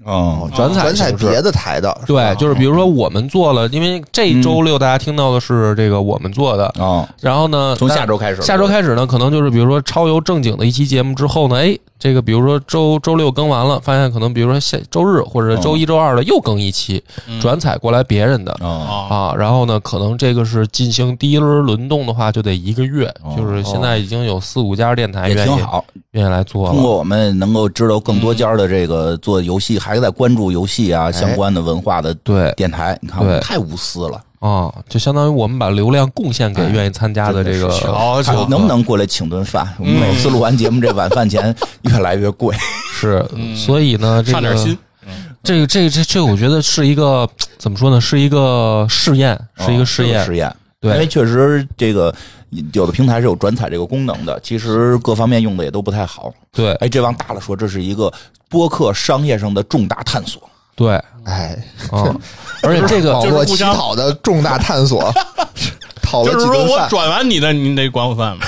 [SPEAKER 2] 哦，
[SPEAKER 1] 转采
[SPEAKER 4] 转采
[SPEAKER 1] 形式
[SPEAKER 4] 别的台的，是
[SPEAKER 1] 对，
[SPEAKER 4] 吧
[SPEAKER 1] 就是比如说我们做了，因为这周六大家听到的是这个我们做的，
[SPEAKER 2] 哦，
[SPEAKER 1] 然后呢，
[SPEAKER 2] 从
[SPEAKER 1] 但
[SPEAKER 2] 下周开始，
[SPEAKER 1] 下周开始呢，可能就是比如说超游正经的一期节目之后呢，哎，这个比如说周周六更完了，发现可能比如说下周日或者
[SPEAKER 2] 嗯
[SPEAKER 1] 周一周二的又更一期，转采过来别人的。
[SPEAKER 2] 哦
[SPEAKER 3] 啊，
[SPEAKER 1] 啊，然后呢，可能这个是进行第一轮轮动的话，就得一个月，
[SPEAKER 2] 哦
[SPEAKER 1] 就是现在已经有四五家电台
[SPEAKER 2] 也
[SPEAKER 1] 愿
[SPEAKER 2] 挺
[SPEAKER 1] 意
[SPEAKER 2] 好。
[SPEAKER 1] 愿意来做
[SPEAKER 2] 通
[SPEAKER 1] 了。
[SPEAKER 2] 过我们能够知道更多家的这个做游戏，还在关注游戏啊相关的文化的
[SPEAKER 1] 对
[SPEAKER 2] 电台，你看我们
[SPEAKER 1] 对
[SPEAKER 2] 太无私了。
[SPEAKER 1] 啊，就相当于我们把流量贡献给
[SPEAKER 2] 哎
[SPEAKER 1] 愿意参加的这个
[SPEAKER 2] 真的是
[SPEAKER 3] 瞧瞧
[SPEAKER 2] 看能不能过来请顿饭？我们每次录完节目，这晚饭钱越来越贵。
[SPEAKER 1] 是，
[SPEAKER 2] 嗯
[SPEAKER 1] 所以呢，这
[SPEAKER 3] 上点
[SPEAKER 1] 个
[SPEAKER 3] 心，
[SPEAKER 1] 这个这个这这，我觉得是一个怎么说呢？是一个试验， 是一
[SPEAKER 2] 哦
[SPEAKER 1] 个试验
[SPEAKER 2] 试，验。
[SPEAKER 1] 对
[SPEAKER 2] 因为确实这个有的平台是有转采这个功能的，其实各方面用的也都不太好。
[SPEAKER 1] 对
[SPEAKER 2] 哎，这往大了说，这是一个播客商业上的重大探索。
[SPEAKER 1] 对，
[SPEAKER 4] 哎，
[SPEAKER 1] 嗯，而且这
[SPEAKER 4] 网
[SPEAKER 1] 个
[SPEAKER 4] 络
[SPEAKER 3] 互
[SPEAKER 4] 乞
[SPEAKER 3] 相
[SPEAKER 4] 讨的重大探索，讨了
[SPEAKER 3] 就是
[SPEAKER 4] 几
[SPEAKER 3] 说
[SPEAKER 4] 顿
[SPEAKER 3] 我
[SPEAKER 4] 饭，
[SPEAKER 3] 转完你的，你得管我饭吧。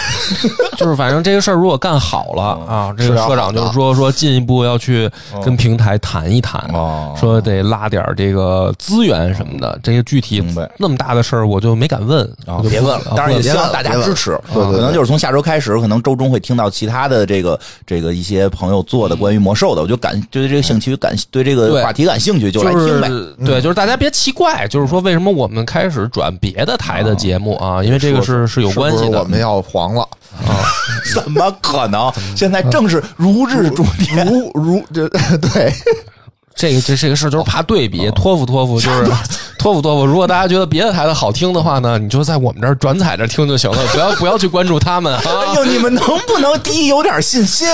[SPEAKER 1] 就是，反正这个事儿如果干好了
[SPEAKER 2] 嗯
[SPEAKER 1] 啊，这
[SPEAKER 4] 是
[SPEAKER 1] 个
[SPEAKER 4] 要
[SPEAKER 1] 社长就是说说进一步要去跟平台谈一谈，
[SPEAKER 2] 哦
[SPEAKER 1] 说得拉点儿这个资源什么的，这些具体
[SPEAKER 2] 明白
[SPEAKER 1] 那么大的事儿我就没敢问，我
[SPEAKER 2] 啊
[SPEAKER 1] 就不
[SPEAKER 2] 别问了
[SPEAKER 1] 啊，
[SPEAKER 2] 当然也希望大家
[SPEAKER 4] 别问
[SPEAKER 2] 支持。啊
[SPEAKER 4] 对对
[SPEAKER 2] 可能就是从下周开始，可能周中会听到其他的这个这个一些朋友做的关于魔兽的，我就感对这个兴趣感对这个
[SPEAKER 1] 对
[SPEAKER 2] 话题感兴趣就来听呗。 嗯
[SPEAKER 1] 是对，就是大家别奇怪，就是说为什么我们开始转别的台的节目啊？因为这个是是有
[SPEAKER 4] 是不
[SPEAKER 1] 关系
[SPEAKER 4] 是
[SPEAKER 1] 的
[SPEAKER 4] 我。们要黄了，
[SPEAKER 2] 怎么可能？现在正是如日中天。
[SPEAKER 4] 如如这 对，
[SPEAKER 1] 这个这这个事儿就是怕对
[SPEAKER 2] 哦
[SPEAKER 1] 比，托付托付 就是托付托付。如果大家觉得别的台的好听的话呢，你就在我们这儿转采着听就行了，不要不要去关注他们啊。
[SPEAKER 2] 哎呦，你们能不能第一有点信心，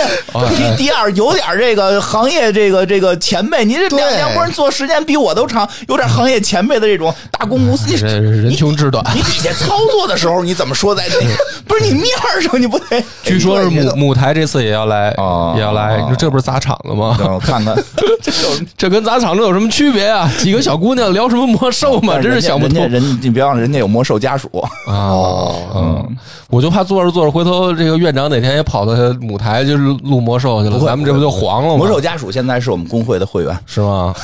[SPEAKER 2] 第第二有点这个行业这个这个前辈，您这两
[SPEAKER 4] 对
[SPEAKER 2] 两拨人做时间比我都长，有点行业前辈的这种大公无私。
[SPEAKER 1] 这
[SPEAKER 2] 你
[SPEAKER 1] 哎人穷志短。
[SPEAKER 2] 你底下操作的时候，你怎么说在这？ 不是你面儿上你不得？
[SPEAKER 1] 据说是母母台这次也要来
[SPEAKER 2] 哦，
[SPEAKER 1] 也要来，你说这不是砸场子吗？
[SPEAKER 2] 让 我看看，
[SPEAKER 1] 这跟砸场子有什么区别啊？几个小姑娘聊什么魔兽嘛，真是想不
[SPEAKER 2] 人家哦
[SPEAKER 1] 通
[SPEAKER 2] 人家你别忘了，人家有魔兽家属，
[SPEAKER 1] 啊！嗯，我就怕做着做着，回头这个院长哪天也跑到母台就是录魔兽去了，咱们这不就黄了吗？
[SPEAKER 2] 魔兽家属现在是我们工会的会员，
[SPEAKER 1] 是 吗？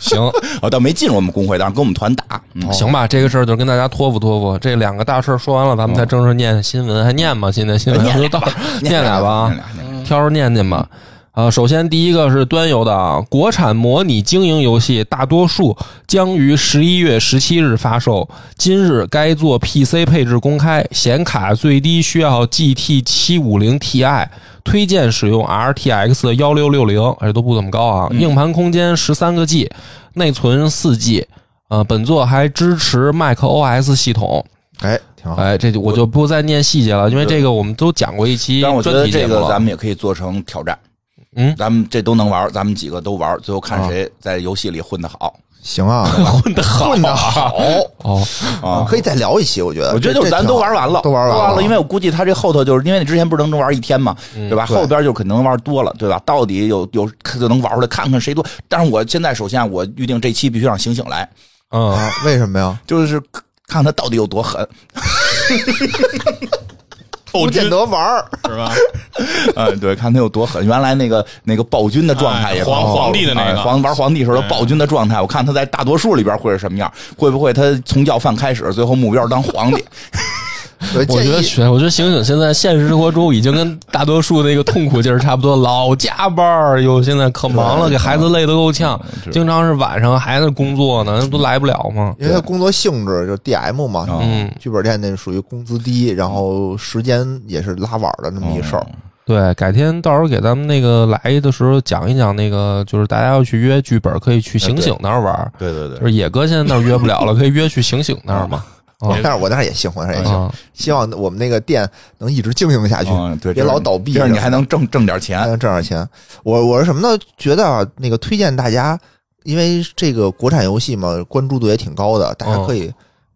[SPEAKER 1] 行，
[SPEAKER 2] 哦，倒没进入我们工会，但是跟我们团打。嗯，
[SPEAKER 1] 行吧，这个事儿就跟大家托付托付。这两个大事儿说完了，咱们才正式念新闻，还念吗？现在新闻
[SPEAKER 2] 哦念
[SPEAKER 1] 就到这儿念俩吧啊
[SPEAKER 2] 念俩，
[SPEAKER 1] 挑着念念吧。啊，首先第一个是端游的啊，国产模拟经营游戏大多数将于十一月十七日发售。今日该作 PC 配置公开，显卡最低需要 GT 七五零 Ti，推荐使用 RTX 幺六六零，哎，都不怎么高啊。
[SPEAKER 2] 嗯
[SPEAKER 1] 硬盘空间十三个 G，内存四 G。呃，本作还支持 macOS 系统。
[SPEAKER 4] 哎，挺
[SPEAKER 2] 啊
[SPEAKER 4] 好。
[SPEAKER 1] 哎，这就我就不再念细节了，因为这个我们都讲过一期
[SPEAKER 2] 但我
[SPEAKER 1] 专
[SPEAKER 2] 觉得
[SPEAKER 1] 题节
[SPEAKER 2] 这
[SPEAKER 1] 目
[SPEAKER 2] 个咱
[SPEAKER 1] 了。
[SPEAKER 2] 们也可以做成挑战，
[SPEAKER 1] 嗯啊
[SPEAKER 2] 咱们这都能玩，咱们几个都玩，最后看谁在游戏里混得好。
[SPEAKER 4] 行啊，混得好，混得好
[SPEAKER 1] 哦，
[SPEAKER 4] 啊，可以再聊一期，我觉得。
[SPEAKER 2] 我觉得
[SPEAKER 4] 这
[SPEAKER 2] 就咱都玩完了，啊
[SPEAKER 4] 都玩
[SPEAKER 2] 完
[SPEAKER 4] 完
[SPEAKER 2] 因为我估计他这后头就是因为你之前不是能玩一天嘛，嗯对吧？后边就可能玩多了，对吧？到底有有就能玩出来，看看谁多。但是我现在首先啊我预定这期必须让醒醒来，
[SPEAKER 1] 嗯，
[SPEAKER 4] 啊，为什么呀？
[SPEAKER 2] 就是看他到底有多狠。
[SPEAKER 3] 斗
[SPEAKER 4] 不见
[SPEAKER 3] 军
[SPEAKER 4] 得玩儿，
[SPEAKER 3] 是吧？
[SPEAKER 2] 嗯，对，看他有多狠。原来那个那个暴君的状态也
[SPEAKER 3] 哎皇
[SPEAKER 2] 很好
[SPEAKER 3] 皇帝的那个
[SPEAKER 2] 哎
[SPEAKER 3] 嗯
[SPEAKER 2] 皇玩皇帝时候的暴君的状态，我看他在大多数里边会是什么样？会不会他从要饭开始，最后目标当皇 帝？
[SPEAKER 4] 我
[SPEAKER 1] 我
[SPEAKER 4] 建
[SPEAKER 1] 觉得
[SPEAKER 4] 议
[SPEAKER 1] 学，我觉得醒醒，现在现实生活中已经跟大多数那个痛苦劲儿差不多，老加班儿，又现在可忙了，给孩子累得够呛，经嗯常是晚上还在工作呢，那不来不了吗？
[SPEAKER 4] 因为他工作性质就 DM 嘛，
[SPEAKER 1] 嗯
[SPEAKER 4] 剧本店那属于工资低，然后时间也是拉碗的那么一事
[SPEAKER 2] 哦
[SPEAKER 4] 儿。
[SPEAKER 1] 对，改天到时候给咱们那个来的时候讲一讲那个，就是大家要去约剧本，可以去醒醒那儿玩儿。
[SPEAKER 2] 对对
[SPEAKER 1] 就，是野哥现在那儿约不了了，可以约去醒醒那儿嘛。嗯
[SPEAKER 4] 但是我那儿也行，我那儿也 行。
[SPEAKER 1] 啊，
[SPEAKER 4] 希望我们那个店能一直经营下去，
[SPEAKER 2] 嗯，对，
[SPEAKER 4] 别
[SPEAKER 2] 这样
[SPEAKER 4] 老倒闭
[SPEAKER 2] 这样你还能挣挣点
[SPEAKER 4] 还
[SPEAKER 2] 钱。
[SPEAKER 4] 能挣点钱。我我是什么呢？觉得啊，那个推荐大家，因为这个国产游戏嘛，关注度也挺高的，大家
[SPEAKER 2] 哦
[SPEAKER 1] 嗯
[SPEAKER 4] 可以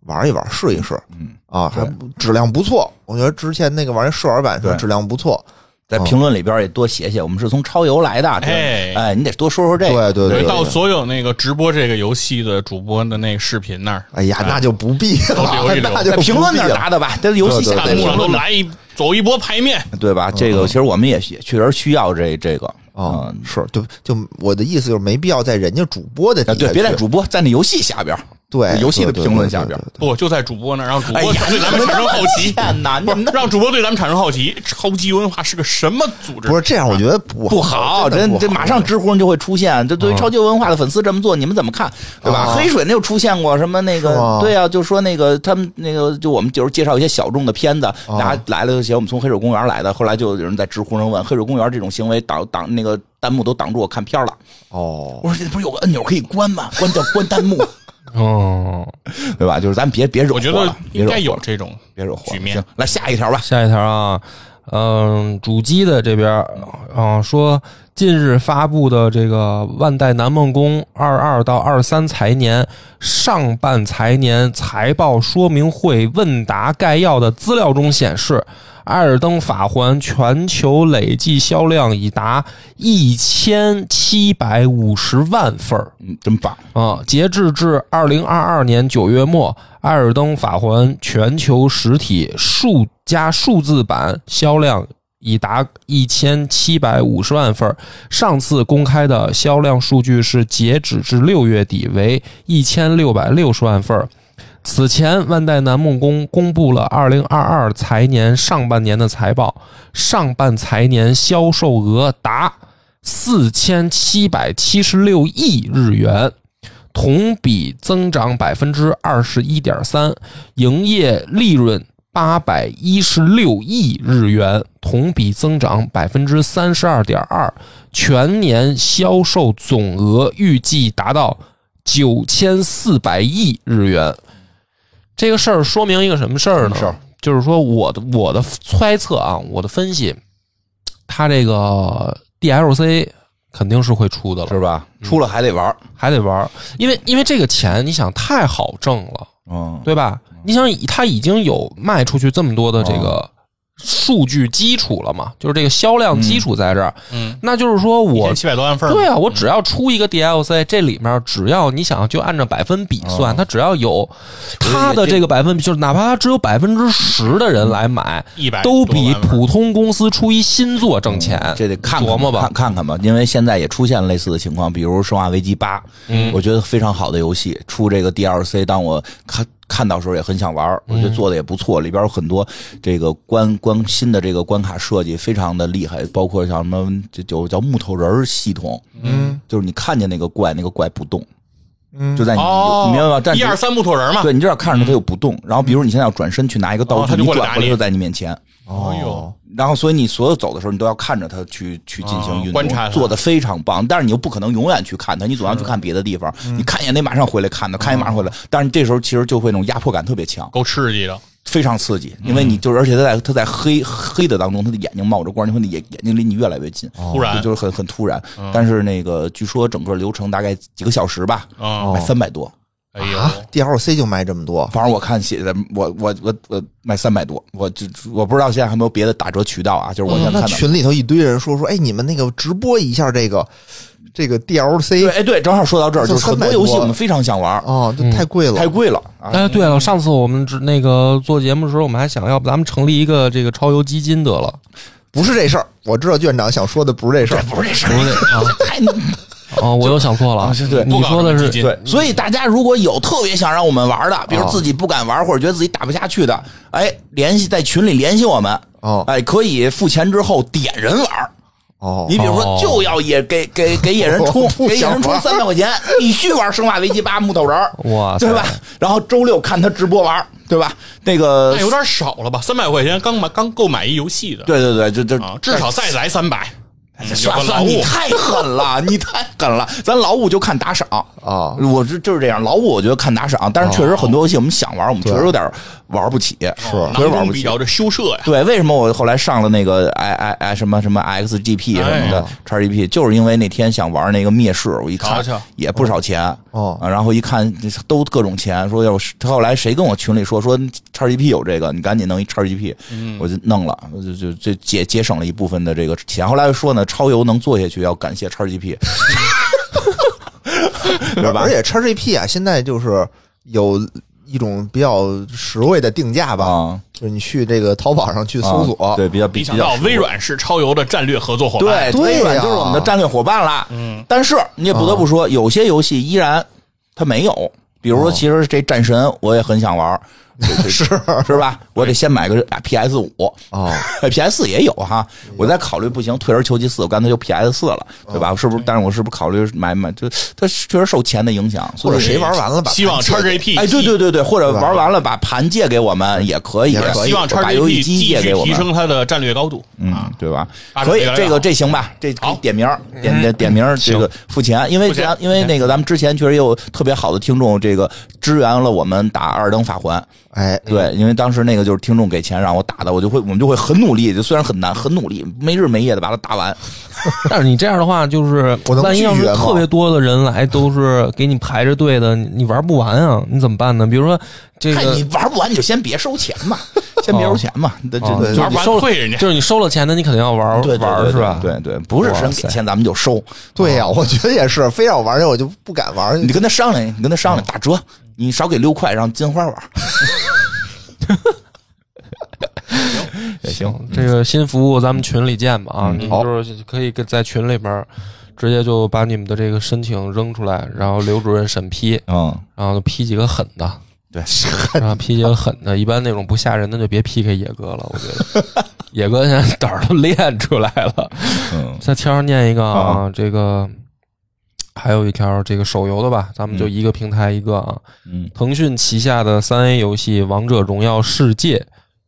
[SPEAKER 4] 玩一玩，试一试
[SPEAKER 2] 嗯，
[SPEAKER 4] 啊，还不质量不错。我觉得之前那个玩意儿试玩版说
[SPEAKER 2] 对
[SPEAKER 4] 质量不错，哦
[SPEAKER 2] 在评论里边也多写写，我们是从超游来的。对
[SPEAKER 3] 哎
[SPEAKER 2] 哎，你得多说说这个。
[SPEAKER 4] 对对
[SPEAKER 3] 对，
[SPEAKER 4] 对
[SPEAKER 3] 到所有那个直播这个游戏的主播的那个视频那儿，
[SPEAKER 4] 哎呀，那就不 必了，
[SPEAKER 3] 留一留
[SPEAKER 4] 那就
[SPEAKER 2] 在
[SPEAKER 4] 不必
[SPEAKER 2] 评论那儿
[SPEAKER 4] 了
[SPEAKER 2] 答的吧，在游戏
[SPEAKER 4] 对嗯
[SPEAKER 2] 下
[SPEAKER 3] 弹
[SPEAKER 2] 面
[SPEAKER 3] 幕
[SPEAKER 2] 评
[SPEAKER 3] 上都
[SPEAKER 2] 论
[SPEAKER 3] 来一走一波排面，
[SPEAKER 2] 对吧？这个其实我们也也确实需要这这个
[SPEAKER 4] 啊
[SPEAKER 2] 嗯，
[SPEAKER 4] 是就就我的意思就是没必要在人家主播的底
[SPEAKER 2] 啊，
[SPEAKER 4] 下
[SPEAKER 2] 对，别在
[SPEAKER 4] 去
[SPEAKER 2] 主播，在那游戏下边儿，
[SPEAKER 4] 对
[SPEAKER 2] 游戏的评论下边儿。
[SPEAKER 3] 不就在主播那儿，让主
[SPEAKER 2] 哎
[SPEAKER 3] 播
[SPEAKER 2] 呀，
[SPEAKER 3] 对咱们产生好奇，
[SPEAKER 2] 天哪，
[SPEAKER 3] 不
[SPEAKER 2] 你
[SPEAKER 3] 是
[SPEAKER 2] 那
[SPEAKER 3] 让主播对咱们产生好奇，超级文化是个什么组织？
[SPEAKER 4] 不是这样，我觉得不
[SPEAKER 2] 不好，
[SPEAKER 4] 真的
[SPEAKER 2] 真
[SPEAKER 4] 不
[SPEAKER 2] 这
[SPEAKER 4] 好
[SPEAKER 2] 马上知乎上就会出现。这对于超级文化的粉丝这么做，你们怎么看？对吧？
[SPEAKER 4] 啊
[SPEAKER 2] 黑水那就出现过什么那
[SPEAKER 4] 是
[SPEAKER 2] 个
[SPEAKER 4] 吗，
[SPEAKER 2] 对啊，就说那个他们那个，就我们就是介绍一些小众的片子，
[SPEAKER 4] 啊
[SPEAKER 2] 大家来了就写我们从黑水公园来的。后来就有人在知乎上问，黑水公园这种行为挡挡那个弹幕都挡住我看片儿了。
[SPEAKER 4] 哦，
[SPEAKER 2] 我说这不是有个按钮可以关吗？关掉关弹幕，
[SPEAKER 1] 嗯，
[SPEAKER 2] 对吧？就是咱别别惹
[SPEAKER 3] 我觉
[SPEAKER 2] 祸
[SPEAKER 3] 得
[SPEAKER 2] 了别
[SPEAKER 3] 应
[SPEAKER 2] 惹
[SPEAKER 3] 该
[SPEAKER 2] 祸
[SPEAKER 3] 有
[SPEAKER 2] 了
[SPEAKER 3] 这种
[SPEAKER 2] 别惹火
[SPEAKER 3] 局
[SPEAKER 2] 了
[SPEAKER 3] 面
[SPEAKER 2] 行，来下一条吧。
[SPEAKER 1] 下一条啊，嗯，主机的这边儿啊说，近日发布的这个《万代南梦宫》二二到二三财年上半财年财报说明会问答概要的资料中显示，《艾尔登法环》全球累计销量已达一千七百五十万份儿。
[SPEAKER 2] 嗯，真棒。
[SPEAKER 1] 啊，截至至二零二二年九月末，《艾尔登法环》全球实体数加数字版销量已达一千七百五十万份儿。上次公开的销量数据是截止至六月底为一千六百六十万份儿。此前，万代南梦宫公布了二零二二财年上半年的财报，上半财年销售额达四千七百七十六亿日元，同比增长百分之二十一点三，营业利润八百一十六亿日元，同比增长百分之三十二点二，全年销售总额预计达到九千四百亿日元。这个事儿说明一个什么事儿呢？
[SPEAKER 2] 什么事儿
[SPEAKER 1] 就是说我的我的猜测啊，我的分析，它这个 DLC 肯定是会出的了，
[SPEAKER 2] 是吧？
[SPEAKER 3] 嗯
[SPEAKER 2] 出了还得玩儿，
[SPEAKER 1] 还得玩儿，因为因为这个钱你想太好挣了，
[SPEAKER 2] 嗯，
[SPEAKER 1] 对吧？你想以它已经有卖出去这么多的这个数据基础了嘛，就是这个销量基础在这儿，
[SPEAKER 3] 嗯，
[SPEAKER 1] 那就是说我
[SPEAKER 3] 千七百多万份儿，
[SPEAKER 1] 对啊，我只要出一个 DLC，这里面只要你想就按照百分比算，它只要有它的这个百分比，就是哪怕它只有百分之十的人来买，
[SPEAKER 3] 一百
[SPEAKER 1] 都比普通公司出一新作挣钱。
[SPEAKER 2] 嗯这得看看
[SPEAKER 1] 琢磨吧
[SPEAKER 2] 看。看看吧，因为现在也出现类似的情况，比如《生化危机八》，嗯，我觉得非常好的游戏，出这个 DLC，当我看看到时候也很想玩儿，我觉
[SPEAKER 3] 嗯
[SPEAKER 2] 得做的也不错，里边有很多这个关关新的这个关卡设计非常的厉害，包括像什么这就叫木头人儿系统，
[SPEAKER 4] 嗯
[SPEAKER 2] 就是你看见那个怪，那个怪不动，
[SPEAKER 4] 嗯，
[SPEAKER 2] 就在你、
[SPEAKER 3] 哦，
[SPEAKER 2] 你明白吧？站
[SPEAKER 3] 一二三木头人嘛。嗯
[SPEAKER 2] 对你就要看着它有不动，然后比如你现在要转身去拿一个道
[SPEAKER 3] 哦
[SPEAKER 2] 具，
[SPEAKER 3] 它就
[SPEAKER 2] 你
[SPEAKER 3] 过来
[SPEAKER 2] 转
[SPEAKER 3] 打
[SPEAKER 2] 过来
[SPEAKER 3] 你
[SPEAKER 2] 就在你面前，
[SPEAKER 3] 哎呦，
[SPEAKER 2] 然后，所以你所有走的时候，你都要看着它去去进行运动，
[SPEAKER 3] 啊观察它
[SPEAKER 2] 做的非常棒。但是你又不可能永远去看它，你总要去看别的地方。
[SPEAKER 3] 嗯
[SPEAKER 2] 你看一眼那马上回来看它，看一眼马上回来。但是这时候其实就会那种压迫感特别强，
[SPEAKER 3] 够刺激的。
[SPEAKER 2] 非常刺激，因为你就是而且它在它在黑黑的当中，它的眼睛冒着光，你会眼眼睛离你越来越近，
[SPEAKER 3] 突然
[SPEAKER 2] 就就是很很突然。但是那个据说整个流程大概几个小时吧，
[SPEAKER 3] 嗯，
[SPEAKER 2] 卖三百多。
[SPEAKER 3] 哎呦，
[SPEAKER 4] 啊，DLC 就卖这么多，
[SPEAKER 2] 反正我看写的，我我我我卖三百多，我就我不知道现在还有没有别的打折渠道啊，就是我现在
[SPEAKER 3] 嗯
[SPEAKER 2] 看
[SPEAKER 4] 嗯那
[SPEAKER 2] 到。
[SPEAKER 4] 群里头一堆人说说，哎，你们那个直播一下这个这个 DLC
[SPEAKER 2] 对，哎，对，正好说到这儿，
[SPEAKER 4] 就
[SPEAKER 2] 就是很多
[SPEAKER 4] 300
[SPEAKER 2] 游戏
[SPEAKER 4] 多
[SPEAKER 2] 我们非常想玩，
[SPEAKER 4] 哦，
[SPEAKER 1] 嗯
[SPEAKER 4] 这太贵了
[SPEAKER 2] 太，贵了啊！
[SPEAKER 1] 哎，对了，上次我们只那个做节目的时候，我们还想要不咱们成立一个这个超游基金得了，
[SPEAKER 4] 不是这事儿。我知道院长想说的不是这事儿，
[SPEAKER 2] 不是这事
[SPEAKER 1] 不是啊
[SPEAKER 2] 太
[SPEAKER 1] 啊，我又想错了
[SPEAKER 2] 啊是对，
[SPEAKER 1] 你说的
[SPEAKER 3] 不搞什么
[SPEAKER 1] 是
[SPEAKER 3] 基金
[SPEAKER 2] 对，所以大家如果有特别想让我们玩的，比如
[SPEAKER 4] 哦
[SPEAKER 2] 自己不敢玩或者觉得自己打不下去的，哎，联系在群里联系我们，
[SPEAKER 4] 哦
[SPEAKER 2] 哎，可以付钱之后点人玩。
[SPEAKER 4] 哦，
[SPEAKER 2] 你比如说
[SPEAKER 1] 哦，
[SPEAKER 2] 就要野给给给野人充
[SPEAKER 4] 我，不
[SPEAKER 2] 给野
[SPEAKER 4] 想
[SPEAKER 2] 人充
[SPEAKER 4] 玩
[SPEAKER 2] 三百块钱，必须玩《生化危机八》木头人儿，
[SPEAKER 1] 哇塞
[SPEAKER 2] 对吧？然后周六看他直播玩儿，对吧？那个
[SPEAKER 3] 那有点少了吧？三百块钱刚买刚购买一游戏的，
[SPEAKER 2] 呃对对对，就就
[SPEAKER 1] 哦
[SPEAKER 3] 啊，至少再来三百，嗯有
[SPEAKER 2] 算
[SPEAKER 3] 个劳
[SPEAKER 2] 算你
[SPEAKER 3] 务。
[SPEAKER 2] 太狠了，你太狠了。咱劳务就看打赏
[SPEAKER 4] 啊
[SPEAKER 2] 我是就是这样，劳务我觉得看打赏，但是确实很多游戏我们想玩，我们确实有点玩不起，是确实
[SPEAKER 3] 囊
[SPEAKER 2] 玩
[SPEAKER 3] 中
[SPEAKER 2] 不
[SPEAKER 3] 必
[SPEAKER 2] 起。
[SPEAKER 3] 着这羞涩呀，
[SPEAKER 2] 对，为什么我后来上了那个 i i i 什么什么 xgp 什么
[SPEAKER 3] 哎
[SPEAKER 2] 的叉 gp，就是因为那天想玩那个灭世，我一看
[SPEAKER 3] 瞧瞧
[SPEAKER 2] 也不少钱
[SPEAKER 3] 嗯
[SPEAKER 4] 哦
[SPEAKER 2] 啊然后一看都各种钱，说要是后来谁跟我群里说说叉 gp 有这个，你赶紧弄一叉 gp，我
[SPEAKER 3] 嗯
[SPEAKER 2] 就弄了，我就就就节节省了一部分的这个钱。后来说呢，超游能做下去要感谢叉 gp，对吧
[SPEAKER 4] 而？且 XGP 啊，现在就是有一种比较实惠的定价吧，
[SPEAKER 2] 啊，
[SPEAKER 4] 就是你去这个淘宝上去
[SPEAKER 2] 去
[SPEAKER 4] 搜索，
[SPEAKER 2] 啊对，比较
[SPEAKER 3] 没
[SPEAKER 2] 比
[SPEAKER 3] 想
[SPEAKER 2] 较
[SPEAKER 3] 到
[SPEAKER 2] 实惠
[SPEAKER 3] 微软是超游的战略合作伙伴。
[SPEAKER 2] 对，
[SPEAKER 4] 对
[SPEAKER 2] 微软
[SPEAKER 4] 呀
[SPEAKER 2] 就是我们的战略伙伴啦。嗯，但是你也不得不说，
[SPEAKER 4] 嗯
[SPEAKER 2] 有些游戏依然它没有，比
[SPEAKER 4] 哦
[SPEAKER 2] 如说，其实这战神我也很想玩， 是是吧？我得先买个 PS 五
[SPEAKER 4] 哦
[SPEAKER 2] ，PS 四也有哈，我再考虑不行，退而求其次，我干脆就 PS 四了，
[SPEAKER 4] 哦
[SPEAKER 2] 对吧？是不是？但是我是不是考虑买买？就它确实受钱的影响，所
[SPEAKER 4] 或者
[SPEAKER 2] 以
[SPEAKER 4] 谁玩完了吧？
[SPEAKER 3] 嗯希望
[SPEAKER 4] 盘
[SPEAKER 3] 叉
[SPEAKER 4] 借给
[SPEAKER 3] GP
[SPEAKER 2] 哎，对对对对，或者玩完了把盘借给我们也可以，
[SPEAKER 4] 也可以
[SPEAKER 3] 希望叉
[SPEAKER 2] 把游
[SPEAKER 3] GP
[SPEAKER 2] 戏
[SPEAKER 3] 继
[SPEAKER 2] 机
[SPEAKER 3] 续
[SPEAKER 2] 借给我
[SPEAKER 3] 提
[SPEAKER 2] 们。
[SPEAKER 3] 升它的战略高度。
[SPEAKER 2] 嗯，对吧？
[SPEAKER 3] 啊
[SPEAKER 2] 可以
[SPEAKER 3] 这，个
[SPEAKER 2] 这个这行吧，这
[SPEAKER 3] 好
[SPEAKER 2] 点名儿
[SPEAKER 1] 嗯
[SPEAKER 2] 点点点名儿，这个付钱，因为
[SPEAKER 3] 付钱
[SPEAKER 2] 咱因为那个咱们之前确实有特别好的听众，这个支援了我们打《二等法环》。
[SPEAKER 4] 哎，
[SPEAKER 1] 嗯
[SPEAKER 2] 对，因为当时那个就是听众给钱让我打的，我就会我们就会很努力，就虽然很难，很努力，没日没夜的把它打完。
[SPEAKER 1] 但是你这样的话，就是
[SPEAKER 4] 我能
[SPEAKER 1] 万一要
[SPEAKER 4] 拒
[SPEAKER 1] 是
[SPEAKER 4] 绝吗
[SPEAKER 1] 特别多的人来，都是给你排着队的，你你玩不完啊，你怎么办呢？比如说这
[SPEAKER 2] 看你
[SPEAKER 1] 个，
[SPEAKER 2] 玩不完，你就先别收钱 嘛，先别收钱嘛，这
[SPEAKER 1] 哦
[SPEAKER 2] 这
[SPEAKER 1] 就
[SPEAKER 2] 这
[SPEAKER 1] 是
[SPEAKER 3] 玩
[SPEAKER 1] 你
[SPEAKER 3] 完
[SPEAKER 1] 收
[SPEAKER 3] 退人家
[SPEAKER 1] 就是你收了钱的，你肯定要玩
[SPEAKER 2] 对对对
[SPEAKER 1] 玩
[SPEAKER 2] 对
[SPEAKER 1] 是吧？
[SPEAKER 2] 对对，不是神给钱咱们就收，
[SPEAKER 4] 对呀、我觉得也是，非要玩我就不敢玩。
[SPEAKER 2] 啊你跟他商量，你跟他商量打折，你少给六块，让金花玩。
[SPEAKER 1] 也行，
[SPEAKER 2] 嗯
[SPEAKER 1] 这个新服务咱们群里见吧啊，你们就是可以跟在群里边儿直接就把你们的这个申请扔出来，然后刘主任审批，
[SPEAKER 2] 嗯，
[SPEAKER 1] 然后就批几个狠的，
[SPEAKER 2] 对，
[SPEAKER 1] 然后批几个狠的，一般那种不吓人的就别 PK 野哥了，我觉得野哥现在胆儿都练出来了。
[SPEAKER 2] 嗯
[SPEAKER 1] 再挑上念一个啊，这个还有一条这个手游的吧，咱们就一个平台一个啊。
[SPEAKER 2] 嗯
[SPEAKER 1] 腾讯旗下的三 A 游戏《王者荣耀世界》，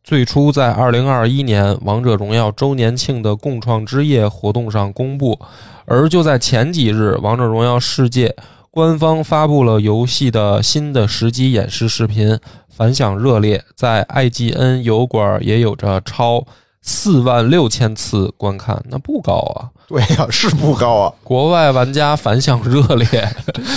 [SPEAKER 1] 最初在二零二一年《王者荣耀周年庆》的共创之夜活动上公布，而就在前几日，《王者荣耀世界》官方发布了游戏的新的实机演示视频，反响热烈，在 IGN 油管也有着超四万六千次观看，那不高啊！
[SPEAKER 4] 对呀、是不高啊，
[SPEAKER 1] 国外玩家反响热烈，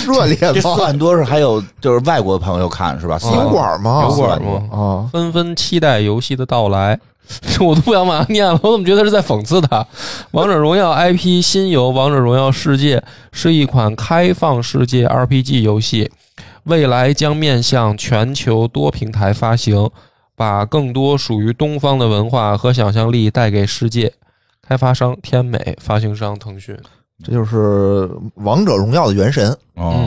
[SPEAKER 4] 热烈
[SPEAKER 2] 这四
[SPEAKER 4] 吗？
[SPEAKER 2] 万多是还有就是外国朋友看是吧？四万
[SPEAKER 4] 油
[SPEAKER 2] 多
[SPEAKER 4] 管吗？
[SPEAKER 1] 油管
[SPEAKER 4] 吗？
[SPEAKER 1] 吗？
[SPEAKER 4] 啊，
[SPEAKER 1] 纷纷期待游戏的到来。 我都不想往下念了，我怎么觉得是在讽刺他？《王者荣耀》IP 新游《王者荣耀世界》是一款开放世界 RPG 游戏，未来将面向全球多平台发行，把更多属于东方的文化和想象力带给世界。开发商天美，发行商腾讯。
[SPEAKER 4] 这就是王者荣耀的元神
[SPEAKER 2] 哦，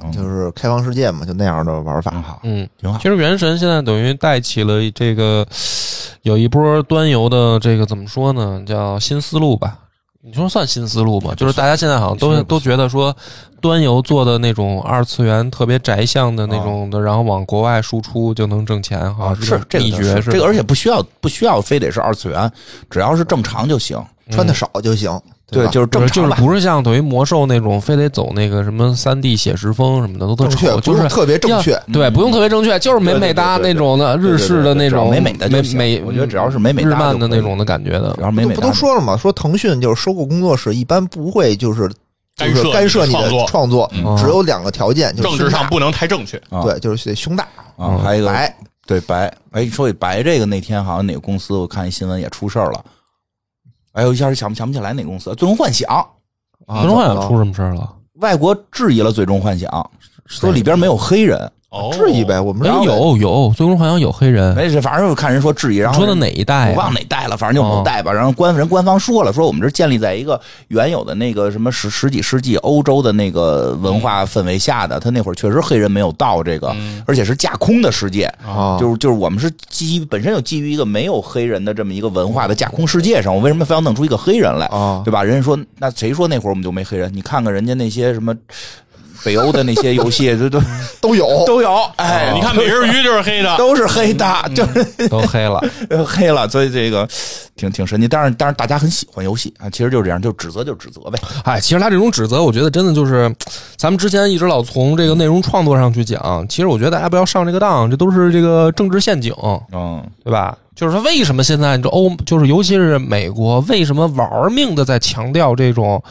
[SPEAKER 4] 啊、就是开放世界嘛，就那样的玩法。
[SPEAKER 2] 好，
[SPEAKER 1] 嗯，
[SPEAKER 2] 挺好
[SPEAKER 1] 其实原神现在等于带起了这个有一波端游的这个怎么说呢，叫新思路吧。你说算新思路吗？就是大家现在好像都都觉得说，端游做的那种二次元特别宅向的那种的，然后往国外输出就能挣钱，好像
[SPEAKER 2] 啊是这个
[SPEAKER 1] 嗯秘
[SPEAKER 2] 倒
[SPEAKER 1] 诀
[SPEAKER 2] 是这个，
[SPEAKER 1] 吧
[SPEAKER 2] 而且不需要不需要非得是二次元，只要是正常就行。
[SPEAKER 4] 穿的少就行，
[SPEAKER 2] 对，
[SPEAKER 4] 吧
[SPEAKER 2] 就是
[SPEAKER 1] 就
[SPEAKER 2] 正
[SPEAKER 1] 是就是
[SPEAKER 2] 常吧。
[SPEAKER 1] 不是像等于魔兽那种，非得走那个什么三 D 写实风什么的，都特
[SPEAKER 4] 正确
[SPEAKER 1] 丑，
[SPEAKER 4] 不
[SPEAKER 1] 就是是
[SPEAKER 4] 特别正
[SPEAKER 1] 要
[SPEAKER 4] 确
[SPEAKER 1] 对，不用特别正确，就是美美哒
[SPEAKER 2] 对对对对
[SPEAKER 1] 那种的日式的那
[SPEAKER 2] 只要
[SPEAKER 1] 种
[SPEAKER 2] 美美的就
[SPEAKER 1] 美
[SPEAKER 2] 行
[SPEAKER 1] 美，
[SPEAKER 2] 我觉得只要是美美
[SPEAKER 1] 日
[SPEAKER 2] 哒
[SPEAKER 1] 漫
[SPEAKER 2] 就
[SPEAKER 1] 的
[SPEAKER 2] 可以
[SPEAKER 1] 那种的感觉的
[SPEAKER 2] 只，要
[SPEAKER 4] 不
[SPEAKER 2] 美
[SPEAKER 4] 都
[SPEAKER 2] 美
[SPEAKER 4] 不
[SPEAKER 2] 的
[SPEAKER 4] 都说了吗？说腾讯就是收购工作室，一般不会就是就
[SPEAKER 3] 干涉你的
[SPEAKER 4] 是干涉你的
[SPEAKER 3] 创作
[SPEAKER 4] 创作
[SPEAKER 1] 嗯，
[SPEAKER 4] 只有两个条件，就是
[SPEAKER 3] 政治
[SPEAKER 4] 胸大
[SPEAKER 3] 上不能太 正确。
[SPEAKER 2] 啊
[SPEAKER 4] 对，就是得胸大
[SPEAKER 1] 嗯
[SPEAKER 2] 啊，还有一个
[SPEAKER 4] 白。
[SPEAKER 2] 对白，哎，说起白这个，那天好像哪个公司我看一新闻也出事儿了，哎呦，一下想不想不起来哪个公司，《最终幻想》
[SPEAKER 4] 啊
[SPEAKER 1] 最终幻
[SPEAKER 4] 怎
[SPEAKER 1] 想
[SPEAKER 4] 么了
[SPEAKER 1] 出什么事儿了？
[SPEAKER 2] 外国质疑了《最终幻想》，说里边没有黑人，
[SPEAKER 3] 哦，
[SPEAKER 4] 质疑呗，我们
[SPEAKER 1] 哎
[SPEAKER 2] 啊
[SPEAKER 4] 认为
[SPEAKER 1] 有有，最终幻想有黑人，
[SPEAKER 2] 没事，反正我看人说质疑，然
[SPEAKER 1] 你
[SPEAKER 2] 后
[SPEAKER 1] 说的哪一代
[SPEAKER 2] 哎
[SPEAKER 1] 啊呀
[SPEAKER 2] 我忘？哪代了，反正就某
[SPEAKER 1] 哦
[SPEAKER 2] 代吧。然后官人官方说了，说我们这是建立在一个原有的那个什么十十几世纪欧洲的那个文化氛围下的，他那会儿确实黑人没有到这个，
[SPEAKER 1] 嗯
[SPEAKER 2] 而且是架空的世界，
[SPEAKER 4] 啊，
[SPEAKER 2] 就是就是我们是基于本身就基于一个没有黑人的这么一个文化的架空世界上，我为什么非要弄出一个黑人来，
[SPEAKER 4] 啊
[SPEAKER 2] 对吧？人家说那谁说那会儿我们就没黑人？你看看人家那些什么北欧的那些游戏，
[SPEAKER 4] 哦
[SPEAKER 2] 都都
[SPEAKER 4] 都有
[SPEAKER 2] 都有，
[SPEAKER 4] 哦
[SPEAKER 2] 哎，
[SPEAKER 3] 你看美人鱼就是黑
[SPEAKER 4] 嗯
[SPEAKER 3] 的，
[SPEAKER 2] 都是黑的，就是
[SPEAKER 1] 都黑了，
[SPEAKER 2] 呃黑了，所以这个挺挺神奇。但是但是大家很喜欢游戏啊，其实就是这样，就指责就指责呗。
[SPEAKER 1] 哎，其实他这种指责，我觉得真的就是，咱们之前一直老从这个内容创作上去讲，其实我觉得大家不要上这个当，这都是这个政治陷阱，
[SPEAKER 2] 嗯，
[SPEAKER 1] 对吧？就是说，为什么现在这欧，就是尤其是美国，为什么玩命的在强调这种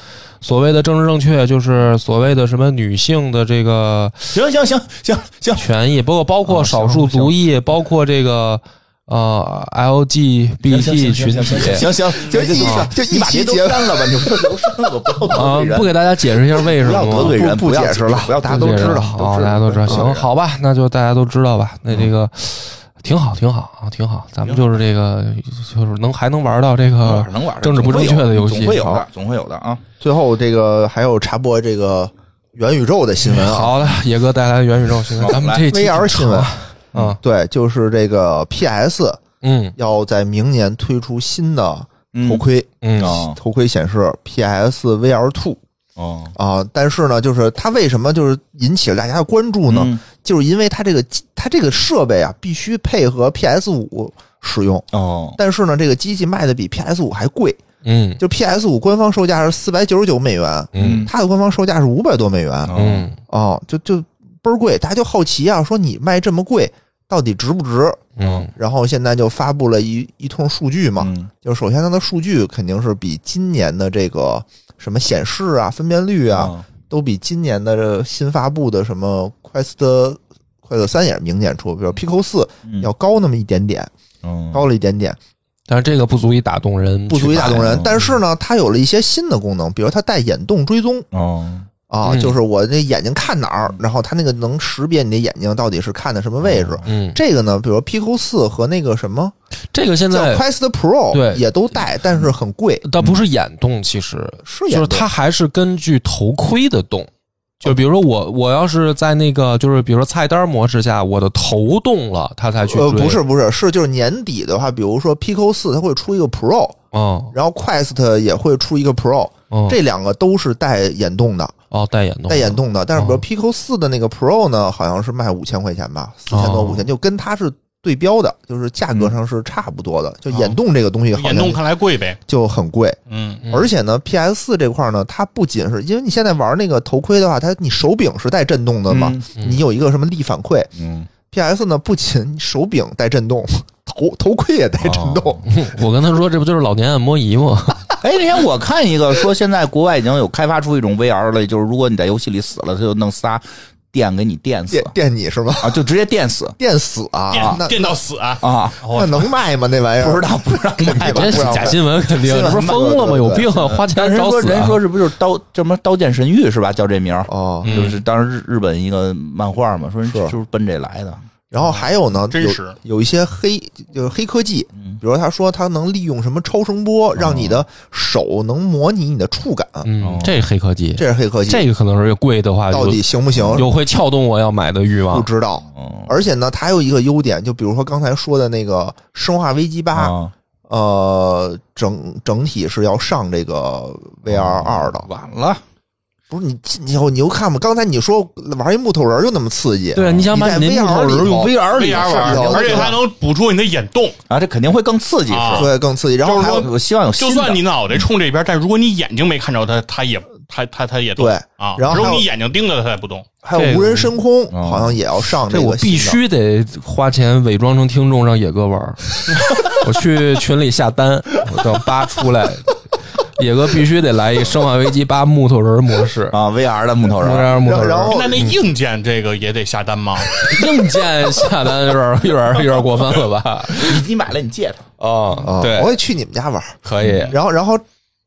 [SPEAKER 1] 所谓的政治正确，就是所谓的什么女性的这个
[SPEAKER 2] 行行行行行，
[SPEAKER 1] 权益，包括包括少数族裔，包括这个呃 LGBT 群体。
[SPEAKER 2] 行行行，
[SPEAKER 4] 就一
[SPEAKER 1] 啊
[SPEAKER 4] 哦就
[SPEAKER 2] 你
[SPEAKER 4] 一
[SPEAKER 2] 把这
[SPEAKER 4] 期
[SPEAKER 2] 都
[SPEAKER 4] 节
[SPEAKER 2] 删了吧， 你不留删了吧，不要
[SPEAKER 1] 啊
[SPEAKER 2] 得罪，人
[SPEAKER 1] 不，给大家解释一下为什
[SPEAKER 2] 不
[SPEAKER 1] 么
[SPEAKER 2] 要
[SPEAKER 1] 吗？
[SPEAKER 2] 得罪人，
[SPEAKER 4] 不
[SPEAKER 2] 不要
[SPEAKER 4] 解释了
[SPEAKER 2] 不要
[SPEAKER 4] 大家都
[SPEAKER 1] 这
[SPEAKER 4] 知
[SPEAKER 1] 个
[SPEAKER 4] 道
[SPEAKER 1] 啊
[SPEAKER 4] 都知道嗯
[SPEAKER 1] 大家都知道。
[SPEAKER 4] 都知
[SPEAKER 1] 行，
[SPEAKER 4] 道
[SPEAKER 1] 好吧，那就大家都知道吧。那这个挺好，挺好啊，挺好。咱们就是这个，就是能还能玩到这个
[SPEAKER 2] 能玩
[SPEAKER 1] 啊政治不正确的游戏
[SPEAKER 2] 总会有
[SPEAKER 1] 好
[SPEAKER 2] 的，总会有的啊。
[SPEAKER 4] 最后这个还有插播这个元宇宙的新闻啊
[SPEAKER 1] 好的，野哥带来元宇宙新闻，
[SPEAKER 2] 好
[SPEAKER 1] 咱们这一期挺
[SPEAKER 4] ，VR 新闻
[SPEAKER 1] 长，啊，
[SPEAKER 4] 对，就是这个 PS
[SPEAKER 1] 嗯
[SPEAKER 4] 要在明年推出新的头盔，
[SPEAKER 1] 嗯
[SPEAKER 2] 哦
[SPEAKER 4] 头盔显示 PS VR Two
[SPEAKER 2] 哦，
[SPEAKER 4] 啊、但是呢，就是它为什么就是引起了大家的关注呢？
[SPEAKER 2] 嗯
[SPEAKER 4] 就是因为它这个机它这个设备啊，必须配合 PS 五使用。
[SPEAKER 2] 哦，
[SPEAKER 4] 但是呢，这个机器卖的比 PS 五还贵，
[SPEAKER 1] 嗯
[SPEAKER 4] 就 PS 五官方售价是四百九十九美元，
[SPEAKER 1] 嗯
[SPEAKER 4] 它的官方售价是五百多美元
[SPEAKER 2] 哦
[SPEAKER 1] 嗯
[SPEAKER 4] 哦，就就倍儿贵。大家就好奇啊，说你卖这么贵，到底值不值？
[SPEAKER 1] 嗯
[SPEAKER 4] 然后现在就发布了一一通数据嘛，
[SPEAKER 2] 嗯
[SPEAKER 4] 就首先它的数据肯定是比今年的这个什么显示啊、分辨率
[SPEAKER 1] 嗯
[SPEAKER 4] 啊，都比今年的这新发布的什么 Quest Quest 三也是明年出，比如 Pico 四
[SPEAKER 2] 嗯
[SPEAKER 4] 要高那么一点点，
[SPEAKER 2] 嗯
[SPEAKER 4] 高了一点点，
[SPEAKER 1] 但是这个不足以打动人，
[SPEAKER 4] 不足以打动人
[SPEAKER 2] 嗯。
[SPEAKER 4] 但是呢，它有了一些新的功能，比如它带眼动追踪
[SPEAKER 2] 哦
[SPEAKER 4] 啊，
[SPEAKER 1] 嗯
[SPEAKER 4] 就是我这眼睛看哪儿，然后它那个能识别你的眼睛到底是看的什么位置。
[SPEAKER 1] 嗯，
[SPEAKER 4] 这个呢，比如 Pico 四和那个什么
[SPEAKER 1] 这个现
[SPEAKER 4] 叫
[SPEAKER 1] 在
[SPEAKER 4] Quest Pro
[SPEAKER 1] 对
[SPEAKER 4] 也都带，但是很贵，
[SPEAKER 1] 倒不是眼动，其实
[SPEAKER 4] 是
[SPEAKER 1] 就
[SPEAKER 4] 眼
[SPEAKER 1] 是
[SPEAKER 4] 动
[SPEAKER 1] 它还是根据头盔的动。就比如说我，我要是在那个，就是比如说菜单模式下，我的头动了，它才去追。
[SPEAKER 4] 呃，不是，不是，是就是年底的话，比如说 Pico 四它会出一个 Pro，
[SPEAKER 1] 嗯
[SPEAKER 4] 然后 Quest 也会出一个 Pro，、
[SPEAKER 1] 嗯，
[SPEAKER 4] 这两个都是带眼动的，
[SPEAKER 1] 哦带眼动，
[SPEAKER 4] 带眼动的。但是比如
[SPEAKER 1] 哦
[SPEAKER 4] Pico 四的那个 Pro 呢，好像是卖五千块钱吧，四千多
[SPEAKER 1] 哦
[SPEAKER 4] 五千，就跟它是对标的，就是价格上是差不多的。
[SPEAKER 1] 嗯
[SPEAKER 4] 就眼动这个东西好
[SPEAKER 1] 哦
[SPEAKER 3] 眼动
[SPEAKER 4] 像
[SPEAKER 3] 看来贵呗。
[SPEAKER 4] 就很贵，
[SPEAKER 3] 嗯，
[SPEAKER 1] 嗯
[SPEAKER 4] 而且呢，PS 四这块呢，它不仅是因为你现在玩那个头盔的话，它你手柄是带震动的嘛，
[SPEAKER 1] 嗯
[SPEAKER 4] 你有一个什么力反馈，
[SPEAKER 2] 嗯
[SPEAKER 4] P.S. 呢，不仅手柄带震动，头头盔也带震动。
[SPEAKER 1] 我跟他说，这不就是老年按摩仪吗？
[SPEAKER 2] 哎，那天我看一个说，现在国外已经有开发出一种 VR 了，就是如果你在游戏里死了，他就弄仨电给你电死
[SPEAKER 4] 电电你是吗？
[SPEAKER 2] 啊，就直接电死
[SPEAKER 4] 电死啊？
[SPEAKER 3] 电
[SPEAKER 4] 那
[SPEAKER 3] 电到死啊！
[SPEAKER 2] 啊，
[SPEAKER 1] 哦
[SPEAKER 4] 那能卖吗？那玩意儿
[SPEAKER 2] 不知道不知道卖 吧
[SPEAKER 1] 这。
[SPEAKER 4] 哎不
[SPEAKER 1] 是
[SPEAKER 4] 让
[SPEAKER 1] 假
[SPEAKER 4] 买
[SPEAKER 1] 新闻，肯定
[SPEAKER 2] 新闻
[SPEAKER 1] 这不是疯了吗？
[SPEAKER 4] 对对对
[SPEAKER 1] 有病啊，花
[SPEAKER 2] 但
[SPEAKER 1] 钱
[SPEAKER 2] 是人
[SPEAKER 1] 找
[SPEAKER 2] 说
[SPEAKER 1] 死啊。
[SPEAKER 2] 人说是不是就是刀叫什么刀剑神域是吧？叫这名儿，
[SPEAKER 4] 哦。
[SPEAKER 1] 嗯
[SPEAKER 2] 就是当时日日本一个漫画嘛，说人
[SPEAKER 4] 是
[SPEAKER 2] 就是奔这来的。
[SPEAKER 4] 然后还有呢，
[SPEAKER 3] 真
[SPEAKER 4] 有
[SPEAKER 3] 实
[SPEAKER 4] 有一些黑就是黑科技，比如他说他能利用什么超声波，让你的手能模拟你的触感，
[SPEAKER 1] 嗯，这是黑科技，
[SPEAKER 4] 哦这是黑科技。
[SPEAKER 1] 这个可能是贵的话，
[SPEAKER 4] 到底行不行？
[SPEAKER 1] 有啊有会撬动我要买的欲
[SPEAKER 4] 不
[SPEAKER 1] 望。
[SPEAKER 4] 知道。
[SPEAKER 2] 哦
[SPEAKER 4] 而且呢，它还有一个优点，就比如说刚才说的那个《生化危机八》，
[SPEAKER 2] 啊，
[SPEAKER 4] 呃，整整体是要上这个 VR 二的。
[SPEAKER 2] 晚了，
[SPEAKER 4] 不是你进去以后你就看吧，刚才你说玩一木头人就那么刺激，
[SPEAKER 1] 对啊，你想把你
[SPEAKER 4] 你
[SPEAKER 1] 那
[SPEAKER 4] 在
[SPEAKER 1] 木头
[SPEAKER 4] VR
[SPEAKER 1] 人用
[SPEAKER 4] 里头
[SPEAKER 1] VR 里
[SPEAKER 4] 是
[SPEAKER 3] VR 玩
[SPEAKER 4] 有
[SPEAKER 3] 儿，
[SPEAKER 4] 的
[SPEAKER 3] 而且
[SPEAKER 4] 有的
[SPEAKER 3] 它能捕捉你的眼动，
[SPEAKER 2] 啊，这肯定会更刺激，
[SPEAKER 3] 啊
[SPEAKER 2] 是
[SPEAKER 4] 对，更刺激。然后还有
[SPEAKER 2] 我希望有新
[SPEAKER 3] 就
[SPEAKER 2] 的，
[SPEAKER 3] 算你脑袋冲这边，但如果你眼睛没看着它，它也它它它也动
[SPEAKER 4] 嗯对
[SPEAKER 3] 啊。
[SPEAKER 4] 然后
[SPEAKER 3] 如
[SPEAKER 4] 还
[SPEAKER 3] 果
[SPEAKER 4] 有
[SPEAKER 3] 你眼睛盯着它，它也不动。
[SPEAKER 4] 还有无人深空，好像也要上
[SPEAKER 1] 嗯这
[SPEAKER 4] 个新
[SPEAKER 1] 我
[SPEAKER 4] 的。
[SPEAKER 1] 必须得花钱伪装成听众让野哥玩 儿，我去群里下单，我等八出来，野哥必须得来一《生化危机八》木头人模式，
[SPEAKER 2] 啊，VR 的木头
[SPEAKER 1] 木头
[SPEAKER 2] 人，
[SPEAKER 1] 人木头人，
[SPEAKER 4] 哦然后
[SPEAKER 3] 那那硬件这个也得下单吗？
[SPEAKER 1] 硬件下单有点有点有点过分了 吧？啊
[SPEAKER 2] 你你买了你借他，
[SPEAKER 1] 哦
[SPEAKER 4] 啊，，
[SPEAKER 1] 对
[SPEAKER 4] 我，也去你们家玩。
[SPEAKER 1] 可以，
[SPEAKER 4] 然后，然后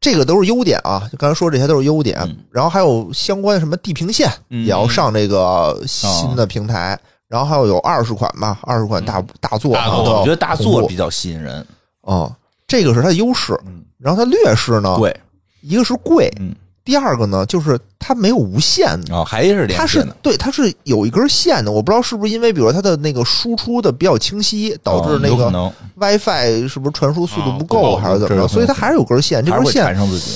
[SPEAKER 4] 这个都是优点啊，就刚才说这些都是优点。
[SPEAKER 1] 嗯
[SPEAKER 4] 然后还有相关的什么地平线、
[SPEAKER 2] 嗯
[SPEAKER 4] 也要上这个
[SPEAKER 1] 嗯
[SPEAKER 4] 新的平台，然后还有有二十款吧，二十款
[SPEAKER 1] 嗯
[SPEAKER 4] 大、大作啊，
[SPEAKER 3] 大作
[SPEAKER 4] 都
[SPEAKER 2] 我
[SPEAKER 4] 要
[SPEAKER 2] 觉得大作
[SPEAKER 4] 同
[SPEAKER 2] 比
[SPEAKER 4] 步
[SPEAKER 2] 较吸引人，
[SPEAKER 4] 嗯，这个是它的优势。
[SPEAKER 1] 嗯
[SPEAKER 4] 然后它劣势呢，
[SPEAKER 2] 贵
[SPEAKER 4] 一个是贵，
[SPEAKER 2] 嗯
[SPEAKER 4] 第二个呢就是它没有无线的。
[SPEAKER 2] 啊，还是连
[SPEAKER 4] 它
[SPEAKER 2] 线
[SPEAKER 4] 是
[SPEAKER 2] 的，
[SPEAKER 4] 对，它是有一根线的，我不知道是不是因为，比如它的那个输出的比较清晰，导致
[SPEAKER 2] 啊
[SPEAKER 4] 那
[SPEAKER 2] 有
[SPEAKER 4] 个
[SPEAKER 2] 可能
[SPEAKER 4] WiFi 是不是传输速度
[SPEAKER 3] 啊
[SPEAKER 4] 不
[SPEAKER 3] 不
[SPEAKER 4] 够，
[SPEAKER 3] 够
[SPEAKER 4] 还是怎
[SPEAKER 2] 这
[SPEAKER 4] 么
[SPEAKER 2] 有
[SPEAKER 4] 着？
[SPEAKER 2] 可
[SPEAKER 4] 所以它
[SPEAKER 2] 能
[SPEAKER 4] 还是有根线，这
[SPEAKER 2] 还是
[SPEAKER 4] 根
[SPEAKER 2] 会
[SPEAKER 4] 线
[SPEAKER 2] 缠上自己，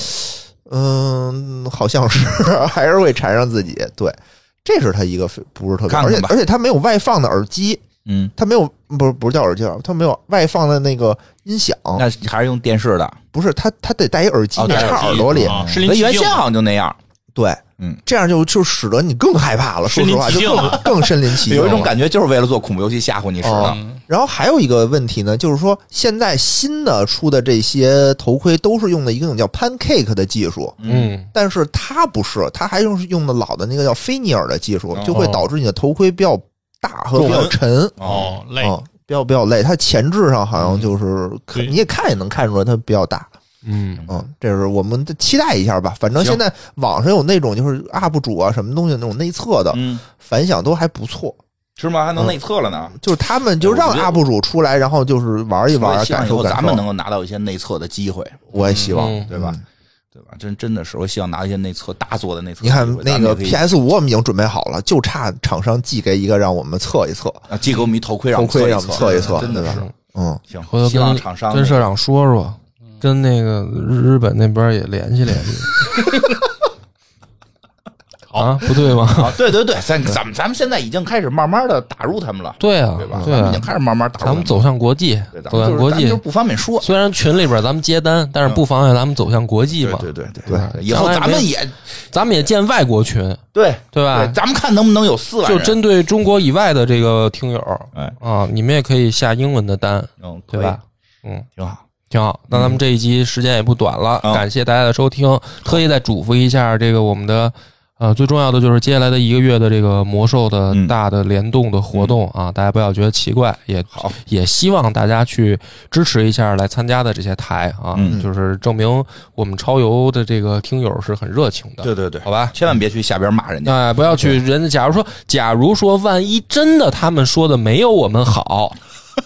[SPEAKER 4] 嗯，好像是，还是会缠上自己。对，这是他一个非不是特别，
[SPEAKER 2] 看看
[SPEAKER 4] 而且
[SPEAKER 2] 吧
[SPEAKER 4] 而且他没有外放的耳机，
[SPEAKER 2] 嗯，
[SPEAKER 4] 他没有不是不是叫耳机啊，他没有外放的那个音响，
[SPEAKER 2] 那还是用电视的，
[SPEAKER 4] 不是他他得戴一耳机，
[SPEAKER 2] 哦
[SPEAKER 4] 你
[SPEAKER 2] 戴
[SPEAKER 4] 插
[SPEAKER 2] 耳
[SPEAKER 4] 耳朵里，
[SPEAKER 3] 啊，身临
[SPEAKER 2] 那
[SPEAKER 3] 其
[SPEAKER 2] 原
[SPEAKER 3] 境
[SPEAKER 2] 先好像就那样，
[SPEAKER 4] 对，
[SPEAKER 2] 嗯，
[SPEAKER 4] 这样就就使得你更害怕了。说实话，
[SPEAKER 3] 身临其
[SPEAKER 4] 就
[SPEAKER 3] 境
[SPEAKER 4] 更
[SPEAKER 3] 了
[SPEAKER 4] 更身临其境，
[SPEAKER 2] 有一种。感觉就是为了做恐怖游戏吓唬你似
[SPEAKER 4] 哦
[SPEAKER 2] 的，嗯
[SPEAKER 4] 然后还有一个问题呢，就是说现在新的出的这些头盔都是用的一个叫 Pancake 的技术，
[SPEAKER 1] 嗯，
[SPEAKER 4] 但是它不是，它还用用的老的那个叫菲涅尔的技术
[SPEAKER 2] 哦，
[SPEAKER 4] 就会导致你的头盔比较大和比较沉，
[SPEAKER 3] 哦，累，
[SPEAKER 4] 嗯，比较比较累。它前置上好
[SPEAKER 2] 嗯
[SPEAKER 4] 像就是可
[SPEAKER 3] 对
[SPEAKER 4] 你也看也能看出来它比较大，
[SPEAKER 1] 嗯，
[SPEAKER 4] 嗯，这是我们的期待一下吧。反正
[SPEAKER 2] 行
[SPEAKER 4] 现在网上有那种就是 UP 主啊什么东西那种内测的，
[SPEAKER 2] 嗯，
[SPEAKER 4] 反响都还不错。
[SPEAKER 2] 是吗？还
[SPEAKER 4] 嗯
[SPEAKER 2] 能内测了呢。
[SPEAKER 4] 就是他们就让
[SPEAKER 2] 哎我觉得
[SPEAKER 4] UP 主出来，然后就是玩一
[SPEAKER 2] 所
[SPEAKER 4] 玩
[SPEAKER 2] 以，希望
[SPEAKER 4] 感
[SPEAKER 2] 以
[SPEAKER 4] 受
[SPEAKER 2] 后
[SPEAKER 4] 感
[SPEAKER 2] 咱们能
[SPEAKER 4] 受。
[SPEAKER 2] 够拿到一些内测的机会，
[SPEAKER 4] 我也希望，
[SPEAKER 1] 嗯
[SPEAKER 2] 对吧？
[SPEAKER 4] 嗯
[SPEAKER 2] 对吧？真真的是，我希望拿到一些内测大作的内测机
[SPEAKER 4] 你
[SPEAKER 2] 会。
[SPEAKER 4] 看那
[SPEAKER 2] 咱们
[SPEAKER 4] 个
[SPEAKER 2] 也可以
[SPEAKER 4] PS 五，我们已经准备好了，就差厂商寄给一个让我们测一测。
[SPEAKER 2] 啊，寄给我们一头盔，让我们
[SPEAKER 4] 头
[SPEAKER 2] 测
[SPEAKER 4] 盔让我们测一测
[SPEAKER 2] 真的
[SPEAKER 4] 对
[SPEAKER 2] 是
[SPEAKER 4] 吧嗯，
[SPEAKER 1] 回头
[SPEAKER 2] 行。希望
[SPEAKER 1] 跟
[SPEAKER 2] 厂商
[SPEAKER 1] 跟
[SPEAKER 2] 那
[SPEAKER 1] 社
[SPEAKER 2] 个
[SPEAKER 1] 长说说，跟那个日日本那边也联系联 系。啊，不对吗？
[SPEAKER 2] 啊，对对对，咱咱们咱们现在已经开始慢慢的打入他们了，
[SPEAKER 1] 对啊，
[SPEAKER 2] 对吧？
[SPEAKER 1] 对
[SPEAKER 2] 咱们
[SPEAKER 1] 啊
[SPEAKER 2] 已经，开始慢慢打入
[SPEAKER 1] 咱们走向国际
[SPEAKER 2] 对，咱
[SPEAKER 1] 走
[SPEAKER 2] 们
[SPEAKER 1] 向
[SPEAKER 2] 就是
[SPEAKER 1] 国
[SPEAKER 2] 咱们就
[SPEAKER 1] 际
[SPEAKER 2] 是。不方便说，
[SPEAKER 1] 虽然群里边咱们接单，但是不妨碍咱们走向国际嘛。
[SPEAKER 2] 对对对
[SPEAKER 4] 对
[SPEAKER 2] 以后咱们也
[SPEAKER 1] 咱们也建外国群，
[SPEAKER 2] 对
[SPEAKER 1] 对吧
[SPEAKER 2] 对，咱们看能不能有四万
[SPEAKER 1] 啊就
[SPEAKER 2] 人，
[SPEAKER 1] 针对中国以外的这个听友
[SPEAKER 2] 哎，
[SPEAKER 1] 啊，你们也可以下英文的单，
[SPEAKER 2] 嗯，
[SPEAKER 1] 对
[SPEAKER 2] 可以
[SPEAKER 1] 吧？？嗯，
[SPEAKER 2] 挺好，
[SPEAKER 1] 挺好，那咱们这一集时间也不短了，
[SPEAKER 2] 嗯
[SPEAKER 1] 感谢大家的收听。特意再嘱咐一下，这个我们的呃最重要的就是接下来的一个月的这个魔兽的
[SPEAKER 2] 嗯
[SPEAKER 1] 大的联动的活动啊，大家不要觉得奇怪，也
[SPEAKER 2] 好
[SPEAKER 1] 也希望大家去支持一下来参加的这些台啊，
[SPEAKER 2] 嗯
[SPEAKER 1] 就是证明我们超游的这个听友是很热情的，
[SPEAKER 2] 对对对，嗯
[SPEAKER 1] 好吧？
[SPEAKER 2] 千万别去下边骂人家，
[SPEAKER 1] 哎，不要去人家。假如说，假如说，万一真的他们说的没有我们好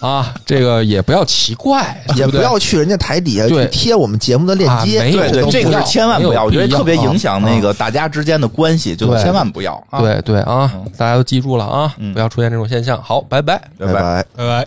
[SPEAKER 1] 啊，这个也不要奇怪，
[SPEAKER 2] 啊
[SPEAKER 1] 对
[SPEAKER 4] 也
[SPEAKER 1] 不
[SPEAKER 4] 不
[SPEAKER 1] 对
[SPEAKER 4] 要去人家台底下
[SPEAKER 1] 对
[SPEAKER 4] 去贴我们节目的链接，
[SPEAKER 1] 啊没有
[SPEAKER 2] 对
[SPEAKER 1] 这
[SPEAKER 2] 对，
[SPEAKER 1] 都
[SPEAKER 2] 这
[SPEAKER 1] 不
[SPEAKER 2] 个
[SPEAKER 1] 要
[SPEAKER 2] 是千万
[SPEAKER 1] 没
[SPEAKER 2] 不
[SPEAKER 1] 有
[SPEAKER 2] 要，我觉得
[SPEAKER 1] 必要
[SPEAKER 2] 特别
[SPEAKER 1] 啊
[SPEAKER 2] 影响那个大家之间的关系，就
[SPEAKER 1] 对
[SPEAKER 2] 千万不要啊，
[SPEAKER 1] 对对啊
[SPEAKER 2] 嗯，
[SPEAKER 1] 大家都记住了啊，
[SPEAKER 2] 嗯
[SPEAKER 1] 不要出现这种现象。好，拜拜。
[SPEAKER 2] 拜
[SPEAKER 4] 拜。
[SPEAKER 3] 拜拜。